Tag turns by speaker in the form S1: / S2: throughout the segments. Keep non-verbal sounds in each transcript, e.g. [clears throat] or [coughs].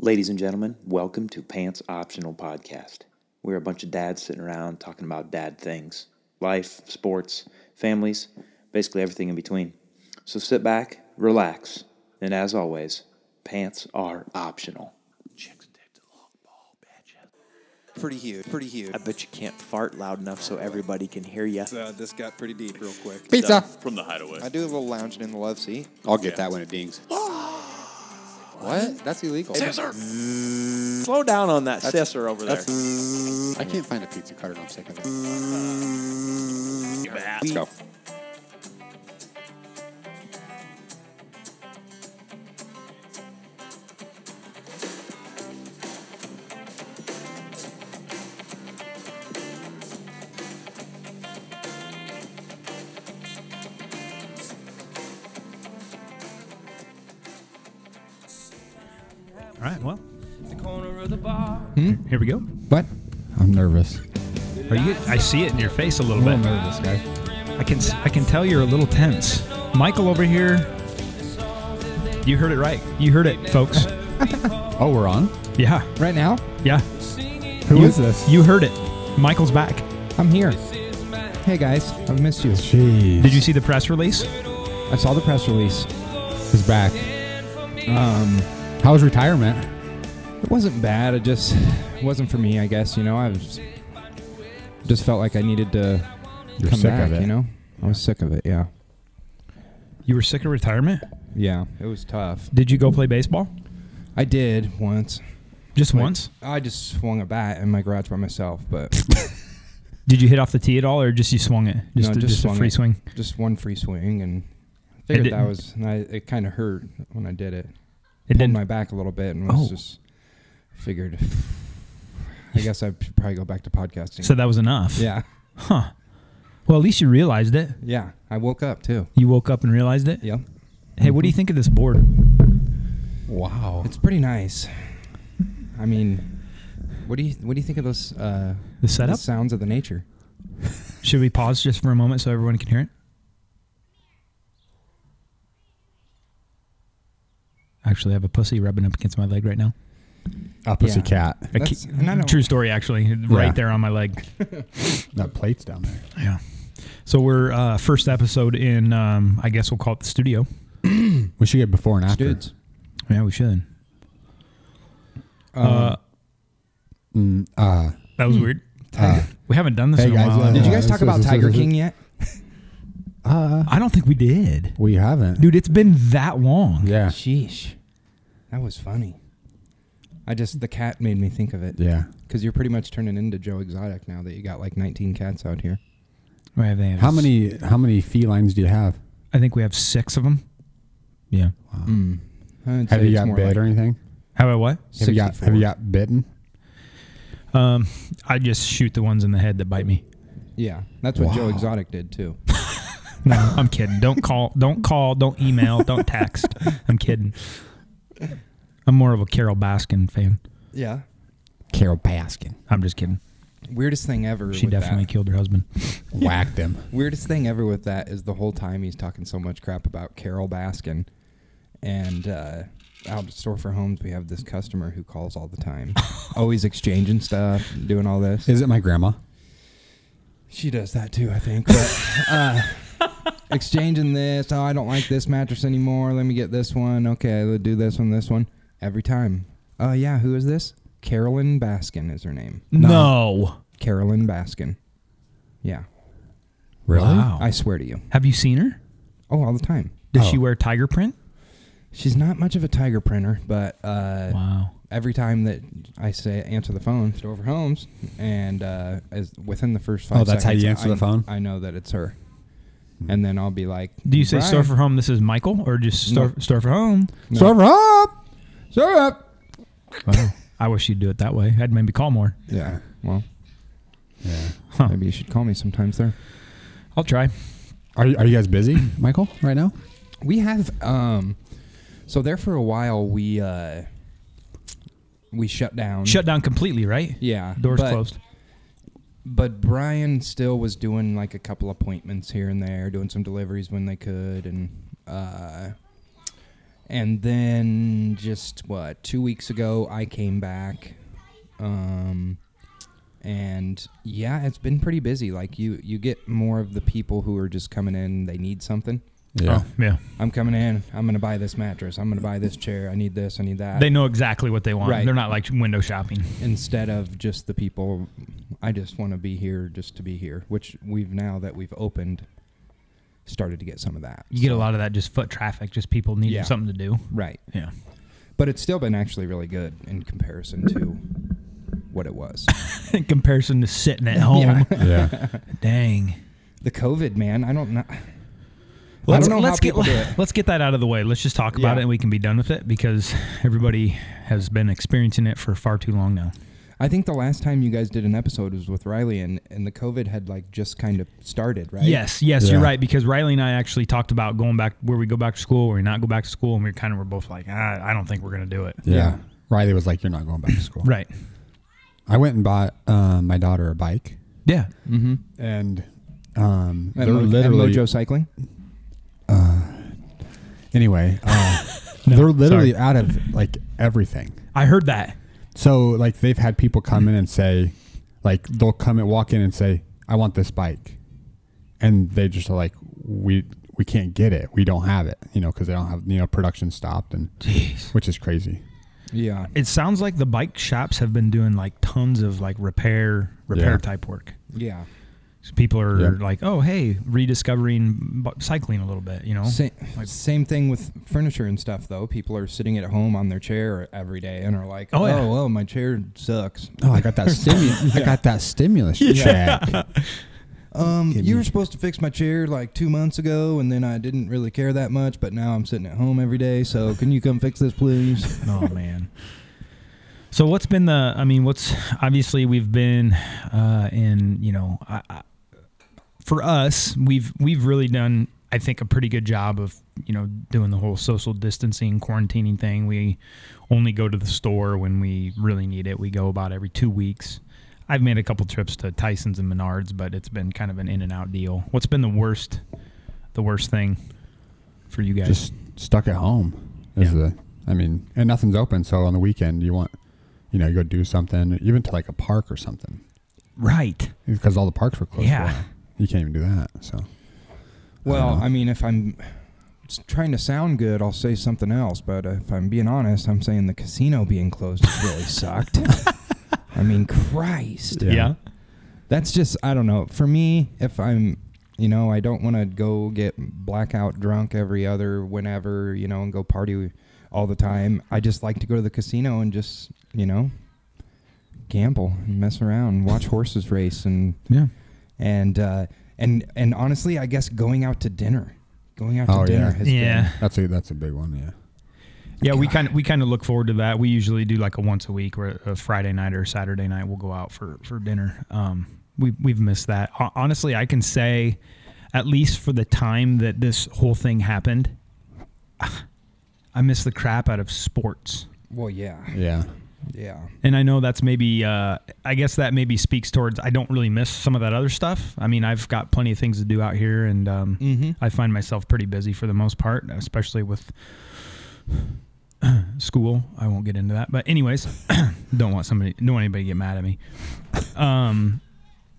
S1: Ladies and gentlemen, welcome to Pants Optional Podcast. We're a bunch of dads sitting around talking about dad things life, sports, families, basically everything in between. So sit back, relax, and as always, pants are optional.
S2: pretty huge, pretty huge.
S3: I bet you can't fart loud enough so everybody can hear you.
S2: Uh, this got pretty deep real quick.
S4: Pizza.
S5: from the hideaway.
S2: I do a little lounging in the love seat.
S4: I'll get
S5: Yeah.
S4: that when it dings. what? That's illegal.
S3: Slow down on that scissor over there.
S4: I can't find a pizza cutter. and I'm sick of it. Let's go.
S6: All right, well,
S7: corner of the bar.
S6: here we go.
S4: What? I'm nervous.
S6: Are you? I see it in your face a little
S4: I'm
S6: bit.
S4: nervous, guy.
S6: Oh, I can I can tell you're a little tense. Michael over here, you heard it right. You heard it, folks.
S4: Oh, we're on
S6: Yeah,
S4: right now.
S6: yeah.
S4: Who
S6: you,
S4: is this?
S6: You heard it. Michael's back.
S4: I'm here. Hey guys, I've missed you. Jeez.
S6: Did you see the press release?
S4: I saw the press release. He's back. Um, how was retirement?
S8: It wasn't bad. It just wasn't for me, I guess. You know, I was just felt like I needed to
S4: You're
S8: come
S4: sick
S8: back.
S4: of it.
S8: You know, I was sick of it. Yeah,
S6: You were sick of retirement.
S8: yeah. It was tough.
S6: Did you go play baseball?
S8: I did once.
S6: Just
S8: Like,
S6: once?
S8: I just swung a bat in my garage by myself, but
S6: Did you hit off the tee at all, or just you swung it? Just
S8: No,
S6: a,
S8: just
S6: just a
S8: swung
S6: free
S8: it.
S6: swing.
S8: just one free swing, and I figured that
S6: didn't-
S8: was. And I, it kind of hurt when I did it.
S6: It
S8: Pulled
S6: didn't.
S8: my back a little bit, and was
S6: Oh.
S8: just figured. [sighs] I guess I should probably go back to podcasting.
S6: so that was enough.
S8: yeah,
S6: Huh. Well, at least you realized it.
S8: yeah. I woke up too.
S6: You woke up and realized it.
S8: Yep.
S6: Hey, what do you think of this board?
S4: Wow.
S8: It's pretty nice. I mean, what do you what do you think of those uh,
S6: The setup?
S8: sounds of the nature?
S6: Should we pause just for a moment so everyone can hear it? Actually, I have a pussy rubbing up against my leg right now.
S4: Opposite
S8: Yeah.
S4: cat.
S6: A
S8: That's-
S6: ki-
S8: and I don't-
S6: true story, actually, right
S4: Yeah.
S6: there on my
S4: [laughs]
S6: leg.
S4: That plate's down there.
S6: yeah. So we're uh, first episode in. Um, I guess we'll call it the studio.
S4: We should get before and after.
S8: Dudes.
S6: Yeah, we should.
S8: Um,
S6: uh,
S4: Uh,
S6: that was weird.
S4: uh,
S6: We haven't done this
S4: Hey,
S6: in a
S4: guys,
S6: while.
S4: uh,
S8: did you guys
S4: this
S8: talk
S4: is-
S8: about
S4: this is-
S8: Tiger
S4: this is-
S8: King yet?
S6: I don't think we did,
S4: we haven't.
S6: dude. It's been that long.
S4: Yeah.
S8: Sheesh, that was funny. I just the cat made me think of it
S4: Yeah.
S8: because you're pretty much turning into Joe Exotic now that you got like 19 cats out here.
S6: We have- they have
S4: How
S6: s-
S4: many how many felines do you have?
S6: I think we have six of them. Yeah.
S8: I'd
S4: Have
S8: say
S4: you
S8: it's
S4: got
S8: more
S4: bit
S8: like
S4: or anything?
S6: How about what?
S4: Have you got have
S8: 64.
S4: you got bitten?
S6: Um, I just shoot the ones in the head that bite me.
S8: Yeah, that's what Joe
S4: Wow.
S8: Exotic did too.
S4: [laughs]
S6: No, I'm kidding. Don't call. Don't call. Don't email. Don't text. I'm kidding. I'm more of a Carol Baskin fan.
S8: yeah,
S4: Carol Baskin
S6: I'm just kidding.
S8: weirdest thing ever.
S6: She
S8: with that-
S6: definitely killed her husband.
S4: whacked [laughs] him.
S8: Weirdest thing ever with that is the whole time he's talking so much crap about Carol Baskin, and uh, out at store for homes we have this customer who calls all the [laughs] time, always exchanging stuff, doing all this.
S4: Is it my grandma?
S8: She does that too, I think. But uh, [laughs] exchanging this, oh, I don't like this mattress anymore. Let me get this one. Okay, let's do this one, this one. Every time. Oh yeah, who is this? Carolyn Baskin is her name.
S6: No.
S8: Carolyn Baskin. Yeah,
S4: Really?
S6: Wow.
S8: I swear to you.
S6: Have you seen her?
S8: Oh, all the time.
S6: Does
S4: Oh.
S6: she wear tiger print?
S8: She's not much of a tiger printer, but uh,
S6: Wow.
S8: every time that I say answer the phone, it's over Holmes, and uh, as within the first five.
S4: Oh, that's how you
S8: seconds,
S4: answer the
S8: I-
S4: phone? Hmm.
S8: I know that it's her, and then I'll be like,
S6: Do you say
S8: "Brian,
S6: store for home? This is Michael, or just store,
S8: No.
S6: store for home?
S8: No.
S4: So up. So up.
S6: Wow. I wish you'd do it that way. I'd maybe call more.
S8: Yeah, well,
S4: Yeah.
S6: Huh.
S8: maybe you should call me sometimes there.
S6: I'll try.
S4: Are, are you guys [coughs] busy, Michael, right now?
S8: We have um, so there for a while we uh, we shut down.
S6: Shut down completely, right?
S8: Yeah,
S6: Doors
S8: but-
S6: closed.
S8: but Brian still was doing like a couple appointments here and there, doing some deliveries when they could, and uh, And then just what two weeks ago, I came back, um, and yeah, it's been pretty busy. Like you, you get more of the people who are just coming in; they need something.
S4: Yeah.
S6: Oh, yeah.
S8: I'm coming in. I'm gonna buy this mattress. I'm gonna buy this chair. I need this. I need that.
S6: They know exactly what they want.
S8: Uh, Right.
S6: They're not like window shopping.
S8: Instead of just the people, I just want to be here, just to be here. Which we've now that we've opened, started to get some of that.
S6: You get a lot of that just foot traffic, just people needing
S8: Yeah.
S6: something to do.
S8: Right.
S6: Yeah.
S8: But it's still been actually really good in comparison to what it was.
S6: In [laughs] comparison to sitting
S8: [laughs]
S6: at home.
S4: [laughs] Yeah.
S6: Dang.
S8: the COVID, man. I don't know.
S6: Let's,
S8: I don't know
S6: let's
S8: how people
S6: [laughs] get
S8: do it.
S6: let's get that out of the way. Let's just talk about
S8: Yeah.
S6: it and we can be done with it because everybody has been experiencing it for far too long now.
S8: I think the last time you guys did an episode was with Riley, and, and the COVID had like just kind of started, right?
S6: Yes, yes, you're
S4: Yeah.
S6: right because Riley and I actually talked about going back where we go back to school, where we not go back to school, and we kind of were both like, ah, I don't think we're gonna do it.
S4: Yeah. Riley was like, "You're not going back to school."
S6: Right.
S4: I went and bought uh, my daughter a bike,
S6: Yeah.
S8: Mm.
S4: and um,
S8: At,
S4: they're
S8: Mo- at
S4: literally
S8: Mojo Cycling.
S4: [laughs] anyway. Uh, they're literally out of like everything.
S6: I heard that.
S4: So like they've had people come in and say, like they'll come and walk in and say, "I want this bike," and they just are like, "We we can't get it. We don't have it." You know, because they don't have you know production stopped and which is crazy.
S8: Yeah.
S6: It sounds like the bike shops have been doing like tons of like repair repair
S4: Yeah.
S6: type work.
S8: Yeah.
S6: So people are
S4: Yeah.
S6: like, oh hey, rediscovering b- cycling a little bit. You know.
S8: Same, same thing with furniture and stuff, though. People are sitting at home on their chair every day and are like,
S6: Oh,
S8: oh,
S6: yeah.
S8: well, my chair sucks.
S4: Oh, I got [laughs] that stimulus. I got that stimulus check.
S8: Um,
S4: Can
S8: you were
S4: you-
S8: supposed to fix my chair like two months ago, and then I didn't really care that much, but now I'm sitting at home every day. So can you come fix this, please?
S6: oh man. So what's been the? I mean, what's obviously we've been uh, in. You know, I, I, for us, we've we've really done. I think a pretty good job of you know doing the whole social distancing, quarantining thing. We only go to the store when we really need it. We go about every two weeks. I've made a couple trips to Tyson's and Menards, but it's been kind of an in and out deal. What's been the worst? The worst thing for you guys?
S4: Just stuck at home. Is
S6: Yeah.
S4: the I mean, and nothing's open. So on the weekend, you want you know you go do something, even to like a park or something,
S6: right.
S4: because all the parks were closed. for a
S6: Yeah.
S4: while. You can't even do that. So
S8: [laughs] well,
S4: Uh-huh.
S8: I mean, if I'm s- trying to sound good, I'll say something else, but if I'm being honest, I'm saying the casino being closed has [laughs] really sucked. I mean, Christ.
S6: yeah.
S8: That's just I don't know. For me, if I'm you know, I don't want to go get blackout drunk every other whenever, you know, and go party all the time. I just like to go to the casino and just, you know, gamble and mess around, watch horses race and
S6: Yeah.
S8: and uh and and honestly, I guess going out to dinner. Going out to
S4: Oh,
S8: dinner
S4: yeah.
S8: has
S6: Yeah.
S8: been
S4: that's a that's a big one. Yeah.
S6: Yeah, we kind of we kind of look forward to that. We usually do like a once a week or a Friday night or a Saturday night. We'll go out for for dinner. Um, we we've missed that. Ho- Honestly, I can say, at least for the time that this whole thing happened, [sighs] I miss the crap out of sports.
S8: well, yeah.
S4: Yeah.
S8: Yeah.
S6: And I know that's maybe, uh, I guess that maybe speaks towards I don't really miss some of that other stuff. I mean, I've got plenty of things to do out here, and um, I find myself pretty busy for the most part, especially with [clears throat] school. I won't get into that, but anyways, [clears throat] don't want somebody, don't want anybody to get mad at me. Um,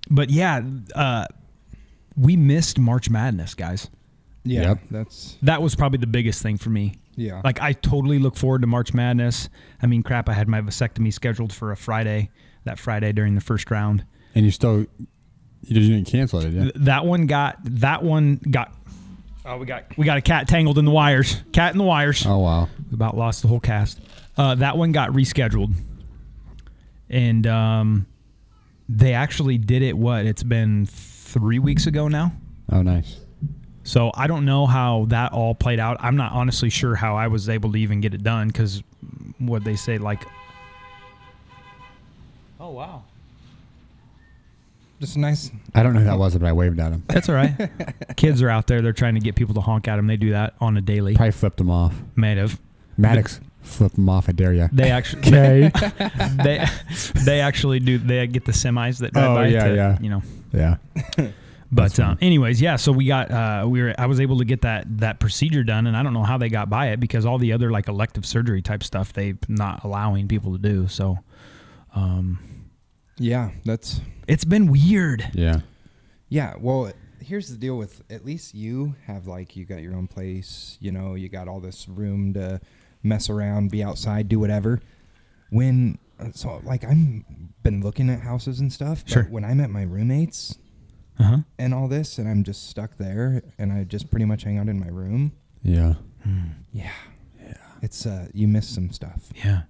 S6: but yeah, uh, we missed March Madness, guys.
S8: Yeah.
S4: Yep.
S8: That's
S6: That was probably the biggest thing for me.
S8: yeah.
S6: Like I totally look forward to March Madness. I mean, crap, I had my vasectomy scheduled for a Friday, that Friday during the first round.
S4: And you still you didn't cancel it, yeah?
S6: Th- That one got that one got oh we got we got a cat tangled in the wires. Cat in the wires.
S4: Oh wow.
S6: We about lost the whole cast. Uh, that one got rescheduled. And um they actually did it what? It's been 3 weeks ago now.
S4: Oh nice.
S6: So I don't know how that all played out. I'm not honestly sure how I was able to even get it done because what they say, like, oh wow,
S8: Just nice.
S4: I don't know who that was, but I waved at him.
S6: that's all
S4: [laughs]
S6: right. Kids are out there; they're trying to get people to honk at them. They do that on a daily.
S4: Probably flipped him off.
S6: Made of.
S4: Maddox, flip him off. I dare you. [laughs]
S6: They actually,
S4: Okay.
S6: they, they actually do. They get the semis that drive
S4: Oh,
S6: by.
S4: yeah,
S6: to,
S4: yeah.
S6: You know,
S4: yeah.
S6: But um, anyways, yeah. So we got uh, we were I was able to get that that procedure done, and I don't know how they got by it because all the other like elective surgery type stuff they're not allowing people to do. So
S8: Yeah, that's
S6: it's been weird.
S4: Yeah.
S8: Yeah, well, here's the deal with at least you have like you got your own place, you know, you got all this room to mess around, be outside, do whatever. When uh, so like I'm been looking at houses and stuff, but
S6: Sure.
S8: when I'm at my roommates
S6: Uh huh.
S8: and all this and I'm just stuck there and I just pretty much hang out in my room.
S4: Yeah.
S8: Yeah. Yeah. It's uh you miss some stuff. [laughs]
S6: Yeah.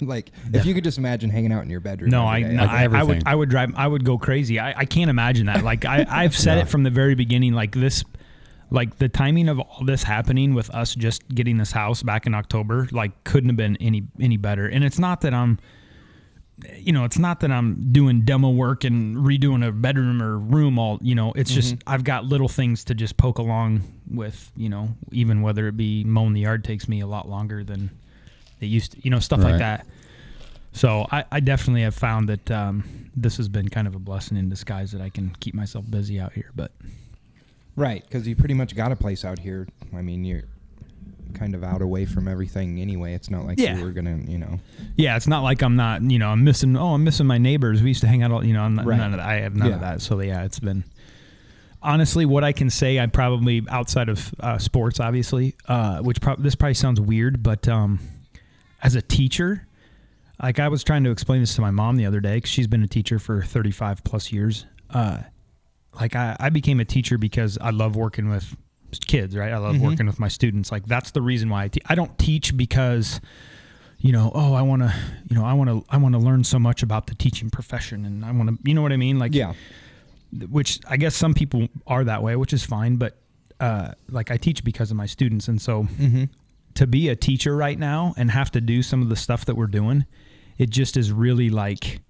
S8: like if you could just imagine hanging out in your bedroom.
S6: No, I,
S8: every day,
S6: no,
S4: Like
S6: I I would
S4: everything.
S6: I would drive I would go crazy. I, I can't imagine that. Like I I've
S4: [laughs]
S6: said it from the very beginning. Like this, like the timing of all this happening with us just getting this house back in October, like couldn't have been any any better. And it's not that I'm, you know, it's not that I'm doing demo work and redoing a bedroom or room all. You know, it's just I've got little things to just poke along with. You know, even whether it be mowing the yard takes me a lot longer than it used to. You know, stuff like
S4: Right.
S6: that. So I, I definitely have found that um, this has been kind of a blessing in disguise that I can keep myself busy out here. But
S8: Right, because you pretty much got a place out here. I mean, you're kind of out away from everything anyway. It's not like
S6: Yeah.
S8: you were gonna, you know.
S6: yeah, it's not like I'm not you know I'm missing oh I'm missing my neighbors. We used to hang out all you know I'm not,
S8: Right.
S6: none of that. I have none of
S8: Yeah.
S6: that. So yeah, it's been honestly what I can say. I probably outside of uh, sports, obviously, uh, which prob this probably sounds weird, but um, as a teacher, like I was trying to explain this to my mom the other day because she's been a teacher for 35 plus years. Uh, like I, I became a teacher because I love working with kids, right? I love working with my students. Like that's the reason why I, te- I don't teach because, you know, oh, I want to, you know, I want to, I want to learn so much about the teaching profession, and I want to, you know what I mean? Like,
S8: Yeah,
S6: which I guess some people are that way, which is fine. But uh, like I teach because of my students, and so
S8: Mm-hmm.
S6: to be a teacher right now and have to do some of the stuff that we're doing, it just is really like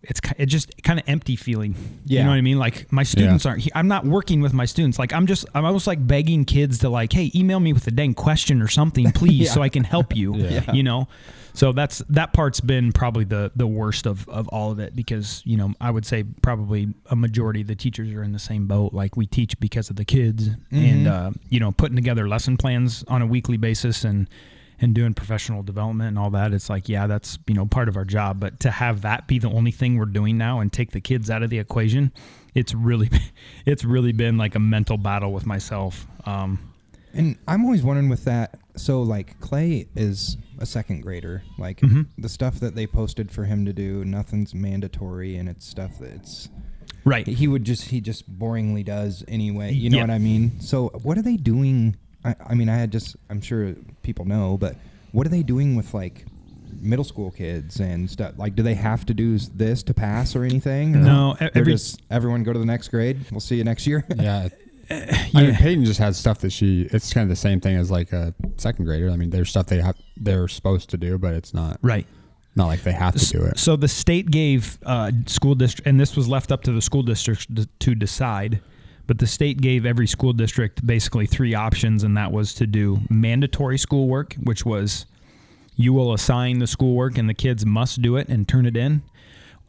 S6: it's ki- it just kind of empty feeling. You
S8: Yeah.
S6: know what I mean? Like my students aren't. he- I'm not working with my students. Like I'm just I'm almost like begging kids to like, hey, email me with a dang question or
S8: [laughs]
S6: something, please, so I can help you. You know. So that's that part's been probably the the worst of of all of it because you know I would say probably a majority of the teachers are in the same boat. Like we teach because of the kids and uh, you know putting together lesson plans on a weekly basis and and doing professional development and all that. It's like yeah, that's you know part of our job, but to have that be the only thing we're doing now and take the kids out of the equation, it's really [laughs] it's really been like a mental battle with myself. Um,
S8: and I'm always wondering with that. So like Clay is a second grader. Like the stuff that they posted for him to do, nothing's mandatory, and it's stuff that's
S6: right.
S8: he would just he just boringly does anyway. You know
S6: Yeah.
S8: what I mean? So what are they doing? I, I mean, I had just I'm sure people know, but what are they doing with like middle school kids and stuff? Like, do they have to do s- this to pass or anything? Or
S6: No, e-
S8: they're
S6: every-
S8: just everyone go to the next grade. We'll see you next year. [laughs]
S4: Yeah.
S6: Eh,
S4: I mean, Peyton just had stuff that she. It's kind of the same thing as like a second grader. I mean, there's stuff they have they're supposed to do, but it's not
S6: Right.
S4: Not like they have to do it.
S6: So the state gave uh, school district, and this was left up to the school district d- to decide. But the state gave every school district basically three options, and that was to do mandatory schoolwork, which was you will assign the schoolwork and the kids must do it and turn it in,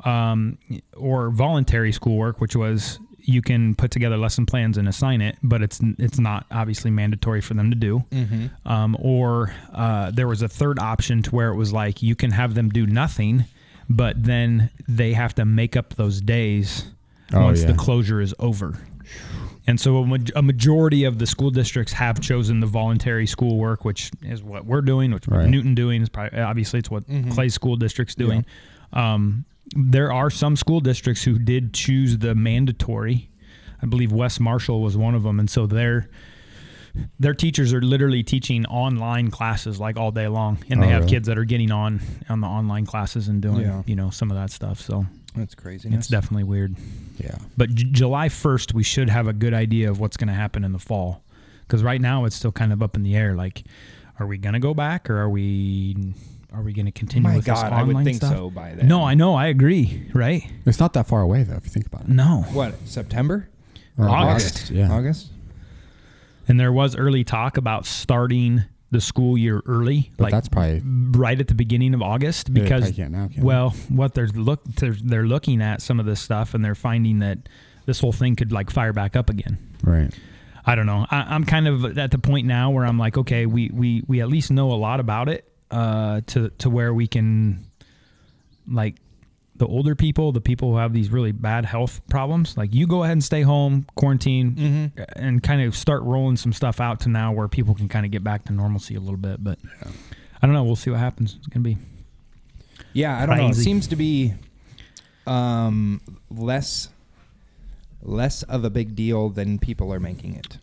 S6: um, or voluntary schoolwork, which was you can put together lesson plans and assign it, but it's it's not obviously mandatory for them to do.
S4: Mm-hmm.
S6: Um, or uh, there was a third option to where it was like you can have them do nothing, but then they have to make up those days
S4: Oh,
S6: once the
S4: yeah.
S6: closure is over. And so a, ma- a majority of the school districts have chosen the voluntary schoolwork, which is what we're doing, which
S4: Right.
S6: Newton doing is probably obviously it's what Clay School District's doing. Um, there are some school districts who did choose the mandatory. I believe West Marshall was one of them, and so their their teachers are literally teaching online classes like all day long, and they
S4: Oh,
S6: have
S4: really?
S6: kids that are getting on on the online classes and doing
S8: Yeah.
S6: you know some of that stuff. So
S8: That's crazy.
S6: it's definitely weird.
S4: Yeah.
S6: But J- July 1st, we should have a good idea of what's going to happen in the fall. Because right now it's still kind of up in the air. Like, are we going to go back or are we are we going to continue
S8: My
S6: with this
S8: God, I would
S6: online
S8: think
S6: stuff?
S8: so by then.
S6: No, I know. I agree. Right?
S4: It's not that far away though, if you think about it.
S6: No.
S8: What September?
S4: Or
S6: August.
S4: Yeah.
S8: August.
S6: And there was early talk about starting the school year early.
S4: But
S6: like
S4: that's probably
S6: right at the beginning of August
S4: they
S6: because
S4: probably can't now, can they?
S6: well, what they're look they're, they're looking at some of this stuff and they're finding that this whole thing could like fire back up again.
S4: Right.
S6: I don't know. I, I'm kind of at the point now where I'm like, okay, we we we at least know a lot about it uh, to to where we can, like, the older people, the people who have these really bad health problems, like you go ahead and stay home, quarantine, and kind of start rolling some stuff out to now where people can kind of get back to normalcy a little bit. But I don't know. We'll see what happens. It's gonna be
S8: Yeah, I don't know. It
S6: Crazy.
S8: seems to be um, less less of a big deal than people are making it.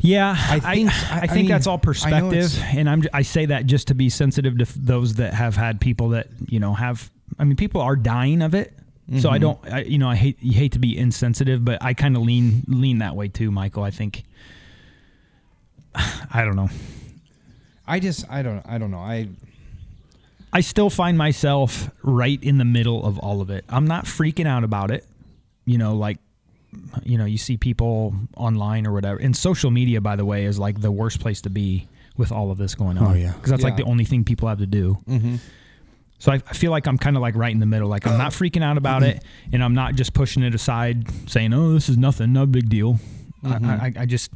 S6: Yeah,
S8: I
S6: I
S8: think-
S6: think I,
S8: I- I
S6: think
S8: mean,
S6: that's all
S8: I know it's-
S6: perspective, and I'm j- I say that just to be sensitive to f- those that have had people that you know have. I mean, people are dying of it, so
S8: Mm-hmm.
S6: I don't. I, you know, I hate you hate to be insensitive, but I kind of lean lean that way too, Michael. I think. [sighs] I don't know.
S8: I just I don't I don't know. I
S6: I still find myself right in the middle of all of it. I'm not freaking out about it. You know, like you know, you see people online or whatever. And social media, by the way, is like the worst place to be with all of this going on.
S4: Oh, yeah. Mm-hmm.
S6: Because that's like
S8: Yeah.
S6: the only thing people have to do. So I, I feel like I'm kind of like right in the middle. Like I'm not freaking out about it, and I'm not just pushing it aside, saying, "Oh, this is nothing, no big deal."
S4: Mm-hmm.
S6: I I, I just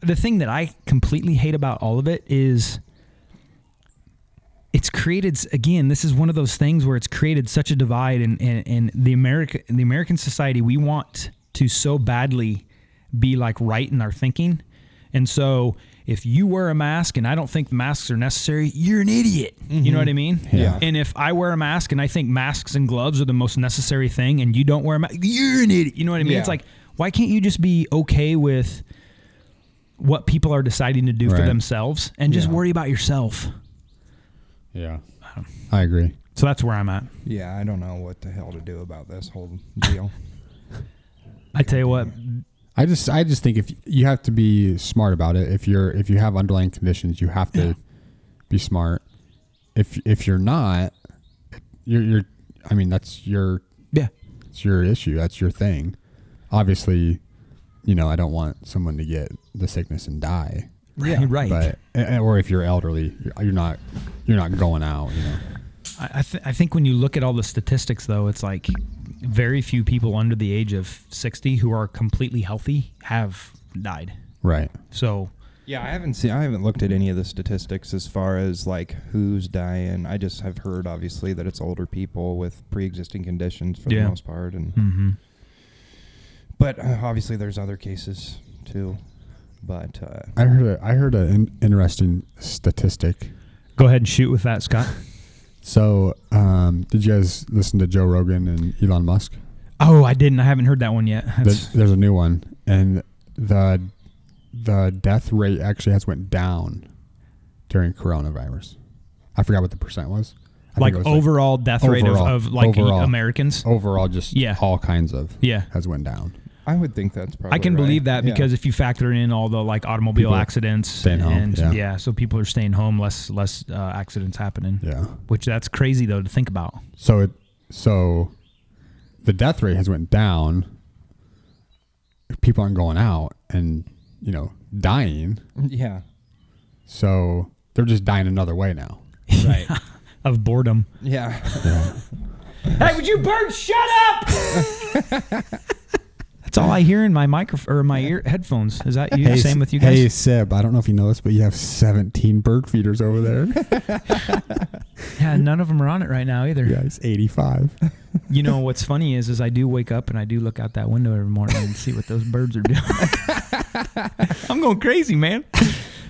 S6: the thing that I completely hate about all of it is it's created again. This is one of those things where it's created such a divide, and and, and the America, the American society, we want to so badly be like right in our thinking, and so if you wear a mask and I don't think masks are necessary, you're an idiot. You know what I mean?
S8: Mm-hmm. Yeah.
S6: And if I wear a mask and I think masks and gloves are the most necessary thing, and you don't wear a mask, you're an idiot. You know what I mean? It's
S8: Yeah.
S6: like why can't you just be okay with what people are deciding to do for
S4: Right.
S6: themselves and just
S4: Yeah.
S6: worry about yourself.
S4: Yeah. I agree.
S6: So that's where I'm at.
S8: yeah, I don't know what the hell to do about this whole
S6: [laughs]
S8: deal.
S6: I tell you what,
S4: I just I just think if you have to be smart about it. If you're if you have underlying conditions, you have to be smart. If if you're not, you're you're I mean that's your
S6: yeah,
S4: it's your issue. That's your thing. Obviously, you know, I don't want someone to get the sickness and die.
S6: right, right.
S4: But eh, or if you're elderly, you're, you're not you're not going out, you know.
S6: I, I, th- I think when you look at all the statistics, though, it's like very few people under the age of 60 who are completely healthy have died.
S4: Right.
S6: So
S8: Yeah, I haven't seen I haven't looked at any of the statistics as far as like who's dying. I just have heard obviously that it's older people with pre-existing conditions for
S6: Yeah. Mm-hmm.
S8: the most part and But uh, obviously there's other cases too. But uh,
S4: I heard a, I heard an interesting statistic.
S6: go ahead and shoot with that, Scott.
S4: So, um, did you guys listen to Joe Rogan and Elon Musk?
S6: oh, I didn't. I haven't heard that one yet.
S4: There's,
S6: That's,
S4: there's a new one, and the the death rate actually has went down during coronavirus. I forgot what the percent was. I think
S6: like
S4: it was
S6: overall death rate of,
S4: overall-
S6: of like
S4: overall.
S6: Americans.
S4: overall, just
S6: Yeah.
S4: all kinds of
S6: Yeah.
S4: has went down.
S8: I would think that's probably
S6: I can
S8: right.
S6: believe that
S8: Yeah.
S6: because if you factor in all the like automobile
S4: People are
S6: accidents
S4: staying home,
S6: and
S4: yeah.
S6: so people are staying home, less less uh, accidents happening.
S4: Yeah.
S6: Which that's crazy though to think about.
S4: So it so the death rate has went down. People aren't going out and you know dying,
S8: Yeah.
S4: so they're just dying another way now.
S8: Right.
S6: Of
S4: [laughs]
S6: boredom. [laughs]
S8: yeah.
S6: Hey, would you burn? Shut
S4: [laughs]
S6: up! That's all I hear in my microphone or my ear headphones. Is that you? Same with you guys?
S4: [laughs] Hey Seb, I don't know if you know this, but you have 17 bird feeders over there.
S6: [laughs] Yeah, none of them are on it right now either.
S4: yeah, it's 85.
S6: You know what's funny is, is I do wake up and I do look out that window every morning and see what those birds are
S4: [laughs]
S6: doing. [laughs] I'm going crazy, man.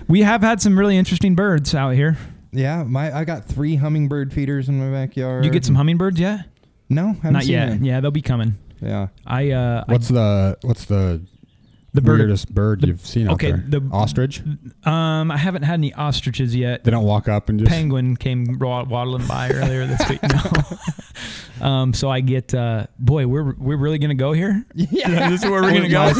S6: We have had some really interesting birds out here.
S8: Yeah, my I got three hummingbird feeders in my backyard.
S6: You get some hummingbirds yet?
S8: No, haven't
S6: Not
S8: seen
S6: yet.
S8: them.
S6: Yeah, they'll be coming.
S8: Yeah.
S6: I uh, I-
S4: What's the what's the
S6: the bird.
S4: weirdest bird you've seen
S6: okay,
S4: out there?
S6: the-
S4: ostrich.
S6: Um, I haven't had any ostriches yet.
S4: They don't walk up and just
S6: penguin came wa- waddling by earlier this week. No. um, so I get, uh, boy, we're we're really gonna go here. Yeah, this is where we're gonna go.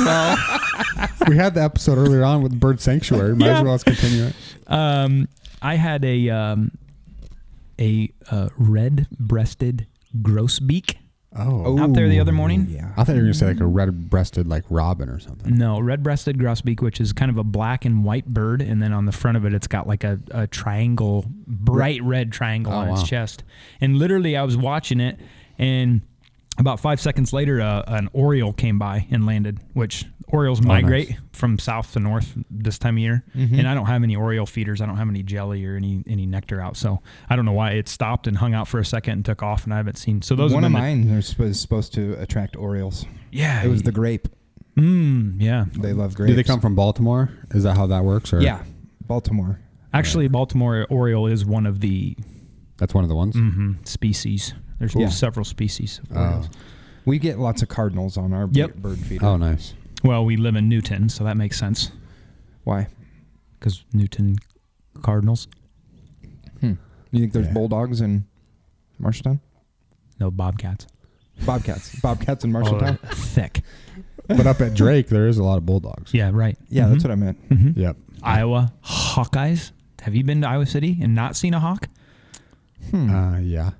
S4: [laughs] we had the episode earlier on with
S6: [laughs]
S4: bird sanctuary. Might
S6: Yeah.
S4: as well just continue it.
S6: [laughs] Um, I had a um, a uh, red-breasted grosbeak
S4: Oh,
S6: out there the other morning.
S8: Yeah.
S4: I thought you were gonna say like a red-breasted like robin or something.
S6: No, red-breasted grosbeak, which is kind of a black and white bird, and then on the front of it, it's got like a, a triangle, bright red triangle
S4: Oh,
S6: on its
S4: wow.
S6: chest. And literally, I was watching it, and About five seconds later, uh, an oriole came by and landed, which orioles
S8: Oh,
S6: migrate from south to north this time of year.
S8: Mm-hmm.
S6: And I don't have any oriole feeders. I don't have any jelly or any any nectar out, so I don't know why it stopped and hung out for a second and took off. And I haven't seen so those.
S8: One
S6: have
S8: of
S6: been
S8: mine was supposed, supposed to attract Orioles.
S6: the- yeah,
S8: It was the grape.
S6: mm, yeah.
S8: They love grapes.
S4: Do they come from Baltimore? Is that how that works? Or
S8: Yeah, Baltimore.
S6: Actually, Baltimore oriole is one of the
S4: that's one of the ones.
S8: Mm-hmm.
S6: mhm, species. There's
S8: Cool.
S6: several species. Of orioles.
S4: Oh.
S8: We get lots of cardinals on our b-
S6: Yep.
S8: bird feeder.
S4: oh, nice.
S6: Well, we live in Newton, so that makes sense
S8: Why?
S6: because Newton Cardinals.
S8: You think there's
S4: Yeah.
S8: bulldogs in Marshalltown?
S6: No Bobcats.
S8: Bobcats.
S4: [laughs]
S8: Bobcats in Marshalltown?
S6: Oh, thick.
S4: But up at Drake, there is a lot of bulldogs.
S6: Yeah, right. Mm-hmm.
S8: Yeah, that's what I meant.
S4: Yep.
S6: Iowa Hawkeyes. Have you been to Iowa City and not seen a hawk?
S8: Mm-hmm.
S4: Uh, yeah.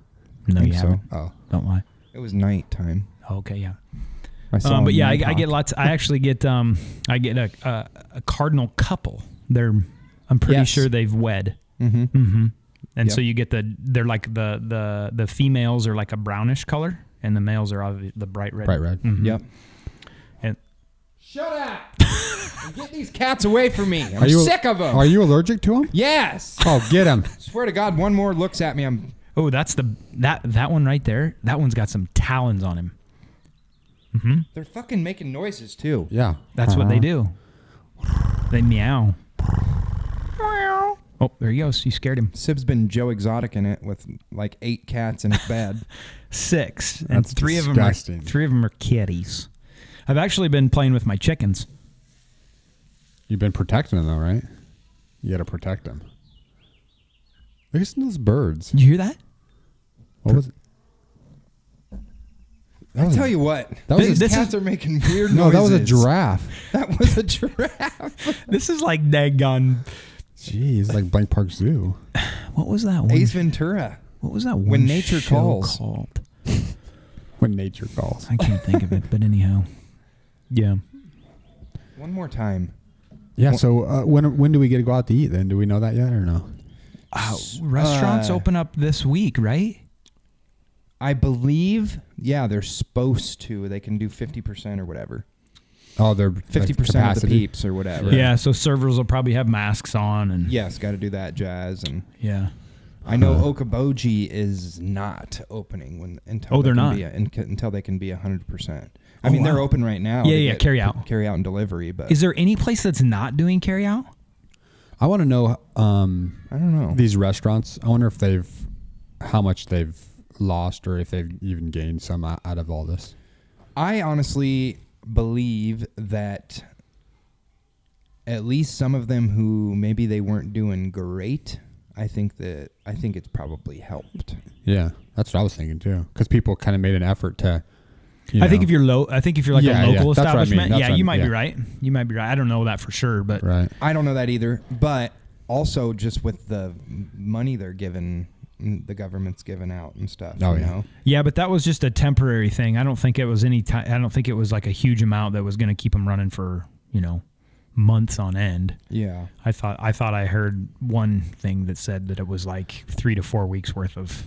S6: No,
S8: Hmm. Think
S6: you
S8: so.
S6: haven't.
S4: Oh,
S6: Don't lie.
S8: It was nighttime.
S6: Okay, yeah.
S8: I saw
S6: Um, but
S8: a
S6: yeah, I, I
S8: nighthawk.
S6: get lots. I actually get um, I get a, a, a cardinal couple. They're I'm pretty
S8: Yes.
S6: sure they've wed.
S8: Mhm.
S6: Mm-hmm. And
S8: Yep.
S6: so you get the they're like the the the females are like a brownish color, and the males are obvi- the bright red.
S4: bright red.
S6: Mhm.
S8: Yep.
S6: And-
S8: Shut up! [laughs] And get these cats away from me. I'm
S4: Are you-
S8: sick of them.
S4: Are you allergic to them?
S8: yes.
S4: Oh, get them.
S8: Swear to God, one more looks at me. I'm.
S6: Oh, that's the that that one right there. That one's got some talons on him.
S8: They're fucking making noises too.
S4: Yeah.
S6: That's what they do. They meow. Oh, there he goes. You scared him.
S8: Sib's been Joe Exotic in it with like eight cats in his bed.
S6: Six, and
S4: That's
S6: three
S4: disgusting.
S6: of them are three of them are kitties. I've actually been playing with my chickens.
S4: You've been protecting them though, right? You got to protect them. Listen to those birds.
S6: Did you hear that?
S4: What was it? [laughs] That
S8: I
S4: was a-
S8: tell you what,
S4: that was
S8: these
S4: a- this
S8: cats
S6: is-
S8: are making weird
S4: No, that was a
S8: noises.
S4: giraffe.
S8: [laughs] That was a giraffe.
S6: This is like daggone.
S4: Jeez, like Blank Park Zoo.
S6: What was that one?
S8: Ace Ventura.
S6: what was that one?
S8: When Nature
S6: show
S8: Calls.
S6: Called?
S4: When nature calls.
S6: I can't think of it, but anyhow, [laughs] yeah.
S8: One more time.
S4: Yeah. So uh, when when do we get to go out to eat? Then do we know that yet or no?
S6: Uh, restaurants
S8: uh,
S6: open up this week, right?
S8: I believe, yeah, they're supposed to. They can do 50% or whatever.
S4: Oh, they're
S8: 50% of the peeps or whatever.
S6: Yeah. So servers will probably have masks on and
S8: Yes, got to do that jazz. And
S6: yeah.
S8: I know
S6: Uh-huh.
S8: Okaboji is not opening when until
S6: Oh, they're
S8: they can
S6: not.
S8: be a, unc- until they can be 100%. I
S6: Oh,
S8: mean, they're
S6: wow.
S8: open right now.
S6: Yeah,
S8: to
S6: yeah,
S8: get
S6: carry
S8: p-
S6: out.
S8: Carry out and delivery, but
S6: Is there any place that's not doing carryout?
S4: I want to know um,
S8: I don't
S6: Oh.
S8: know.
S4: these restaurants. I wonder if they've how much they've lost or if they've even gained some out, out of all this.
S8: I honestly believe that at least some of them who maybe they weren't doing great, I think that I think it's probably helped.
S4: Yeah, that's what I was thinking too. Because people kind of made an effort to. you
S6: I think
S4: know,
S6: if you're low, I think if you're like
S4: Yeah,
S6: a
S4: yeah,
S6: local
S4: that's what I mean,
S6: establishment,
S4: that's
S6: yeah,
S4: what I
S6: you
S4: mean,
S6: might be
S4: yeah.
S6: right. You might be right. I don't know that for sure, but
S4: right.
S8: I don't know that either, but also just with the money they're given, the government's given out and stuff.
S4: Oh,
S8: you
S4: yeah.
S8: know?
S6: yeah, but that was just a temporary thing. I don't think it was any time. I don't think it was like a huge amount that was going to keep them running for you know months on end.
S8: yeah.
S6: I thought I thought I heard one thing that said that it was like three to four weeks worth of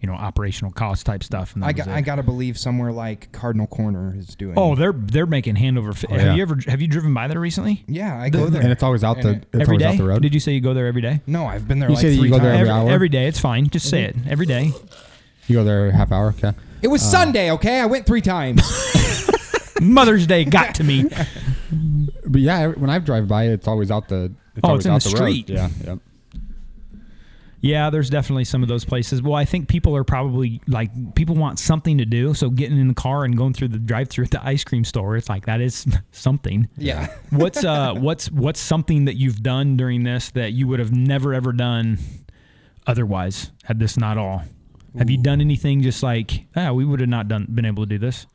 S6: you know operational cost type stuff. And that
S8: I
S6: was
S8: got
S6: it.
S8: I gotta believe somewhere like Cardinal Corner is doing.
S6: Oh, they're they're making hand over. Fi-
S4: Oh,
S6: Have
S4: yeah.
S6: you ever have you driven by there recently?
S8: yeah, I go there
S4: and it's always out
S8: And
S4: the
S8: it-
S4: it's
S6: Every
S4: always
S6: day?
S4: out the road.
S6: Did you say you go there every day?
S8: No, I've been there
S4: You
S8: like
S4: say that you
S8: three
S4: go there
S8: times.
S4: every hour? Mm-hmm.
S6: every day, it's fine. Just say it. Every day.
S4: you go there a half hour? Okay.
S8: It was Sunday, okay? I went
S4: [laughs]
S8: three times.
S6: Mother's Day got to me.
S4: But yeah, every- when I've drive by, it's always out the. It's
S6: Oh,
S4: always
S6: it's in
S4: out
S6: the
S4: road.
S6: street.
S4: Yeah. Yep.
S6: Yeah, there's definitely some of those places. Well, I think people are probably like people want something to do, so getting in the car and going through the drive-through at the ice cream store, it's like that is [laughs] something.
S8: yeah.
S6: What's [laughs] uh what's what's something that you've done during this that you would have never ever done otherwise had this not all? Have you done anything just like, ah, we would have not done been able to do this?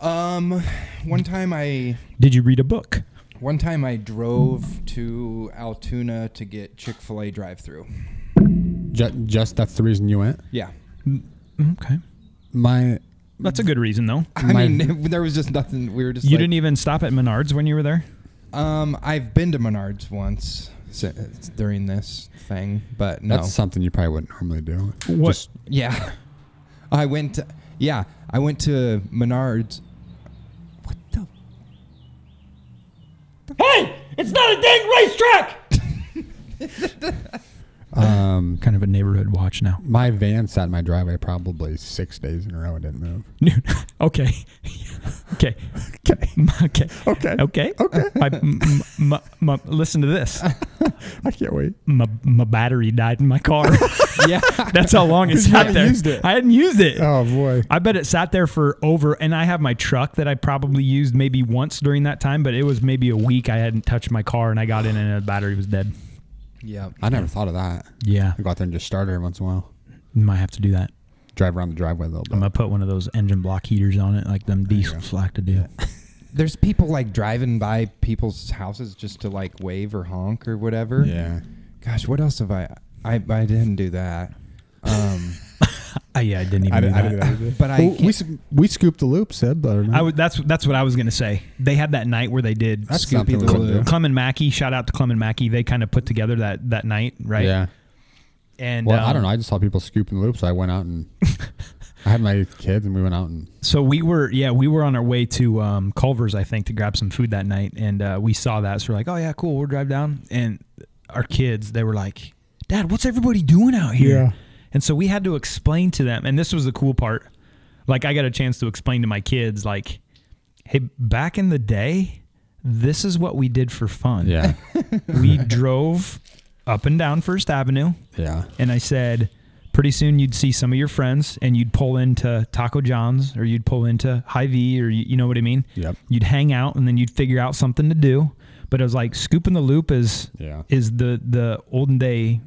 S8: Um, one time I
S6: Did you read a book?
S8: one time I drove to Altoona to get Chick Fil A drive-through.
S4: Just, just that's the reason you went.
S8: Yeah,
S6: Mm-hmm, Okay.
S4: My
S6: That's a good reason though.
S8: I
S4: My-
S8: mean [laughs] there was just nothing. We were just
S6: You
S8: like-
S6: didn't e- even stop at Menards when you were there?
S8: Um, I've been to Menards once si- during this thing, but no.
S4: that's something you probably wouldn't normally do.
S6: What
S4: Just
S8: yeah, [laughs] I went. To, yeah, I went to Menards. [laughs] What the?
S6: Hey, it's not a dang racetrack.
S4: Um,
S6: Kind of a neighborhood watch now.
S4: my van sat in my driveway probably six days in a row and didn't move.
S6: [laughs] okay. [laughs] okay. [laughs] Okay. Okay.
S4: Okay.
S6: Okay. Okay. My, m- m- my, listen to [laughs] this.
S4: I can't wait.
S6: My, my battery died in my car. [laughs]
S8: Yeah.
S6: That's how long it
S4: You
S6: sat
S4: haven't
S6: there.
S4: used it.
S6: I hadn't used it.
S4: Oh boy.
S6: I bet it sat there for over, and I have my truck that I probably used maybe once during that time, but it was maybe a week I hadn't touched my car, and I got in, and the battery was dead.
S8: yeah.
S4: I never thought of that.
S6: Yeah,
S4: I go out there and just start every once in a while.
S6: might have to do that.
S4: Drive around the driveway a little
S6: I'm
S4: bit.
S6: gonna put one of those engine block heaters on it, like them diesels like to do.
S8: There's people like driving by people's houses just to like wave or honk or whatever.
S4: Yeah.
S8: Gosh, what else have I? I I didn't do that. Um,
S6: I, Uh, yeah, I didn't even.
S4: I,
S6: do
S4: did, I
S6: that.
S4: did that
S6: [laughs]
S4: [laughs] either.
S8: but I
S4: Well, we
S8: can't-
S4: s- we scooped the loop, Seb. But
S6: I would, that's that's what I was gonna say. They had that night where they did
S4: That's
S6: Scoop-
S4: something
S8: Scoopy
S4: we
S8: the
S4: could do.
S8: Loop.
S6: Clem and Mackey. Shout out to Clem and Mackey. They kind of put together that that night, right?
S4: Yeah.
S6: And
S4: Well, I
S6: um,
S4: don't know. I just saw people scooping the loop, so I went out and I had my kids, and we went out and
S6: So we were, yeah, we were on our way to um, Culver's, I think, to grab some food that night, and uh, we saw that. So we're like, "Oh yeah, cool, we'll drive down." And our kids, they were like, "Dad, what's everybody doing out here?"
S4: Yeah.
S6: And so we had to explain to them, and this was the cool part. Like, I got a chance to explain to my kids, like, "Hey, back in the day, this is what we did for fun. [laughs]
S4: yeah,
S6: we drove up and down First Avenue."
S4: yeah.
S6: and I said, pretty soon you'd see some of your friends and you'd pull into Taco John's or you'd pull into Hy-Vee or you, you know what I mean?
S4: Yep.
S6: You'd hang out and then you'd figure out something to do. But it was like scooping the loop is
S4: Yeah.
S6: is the the olden day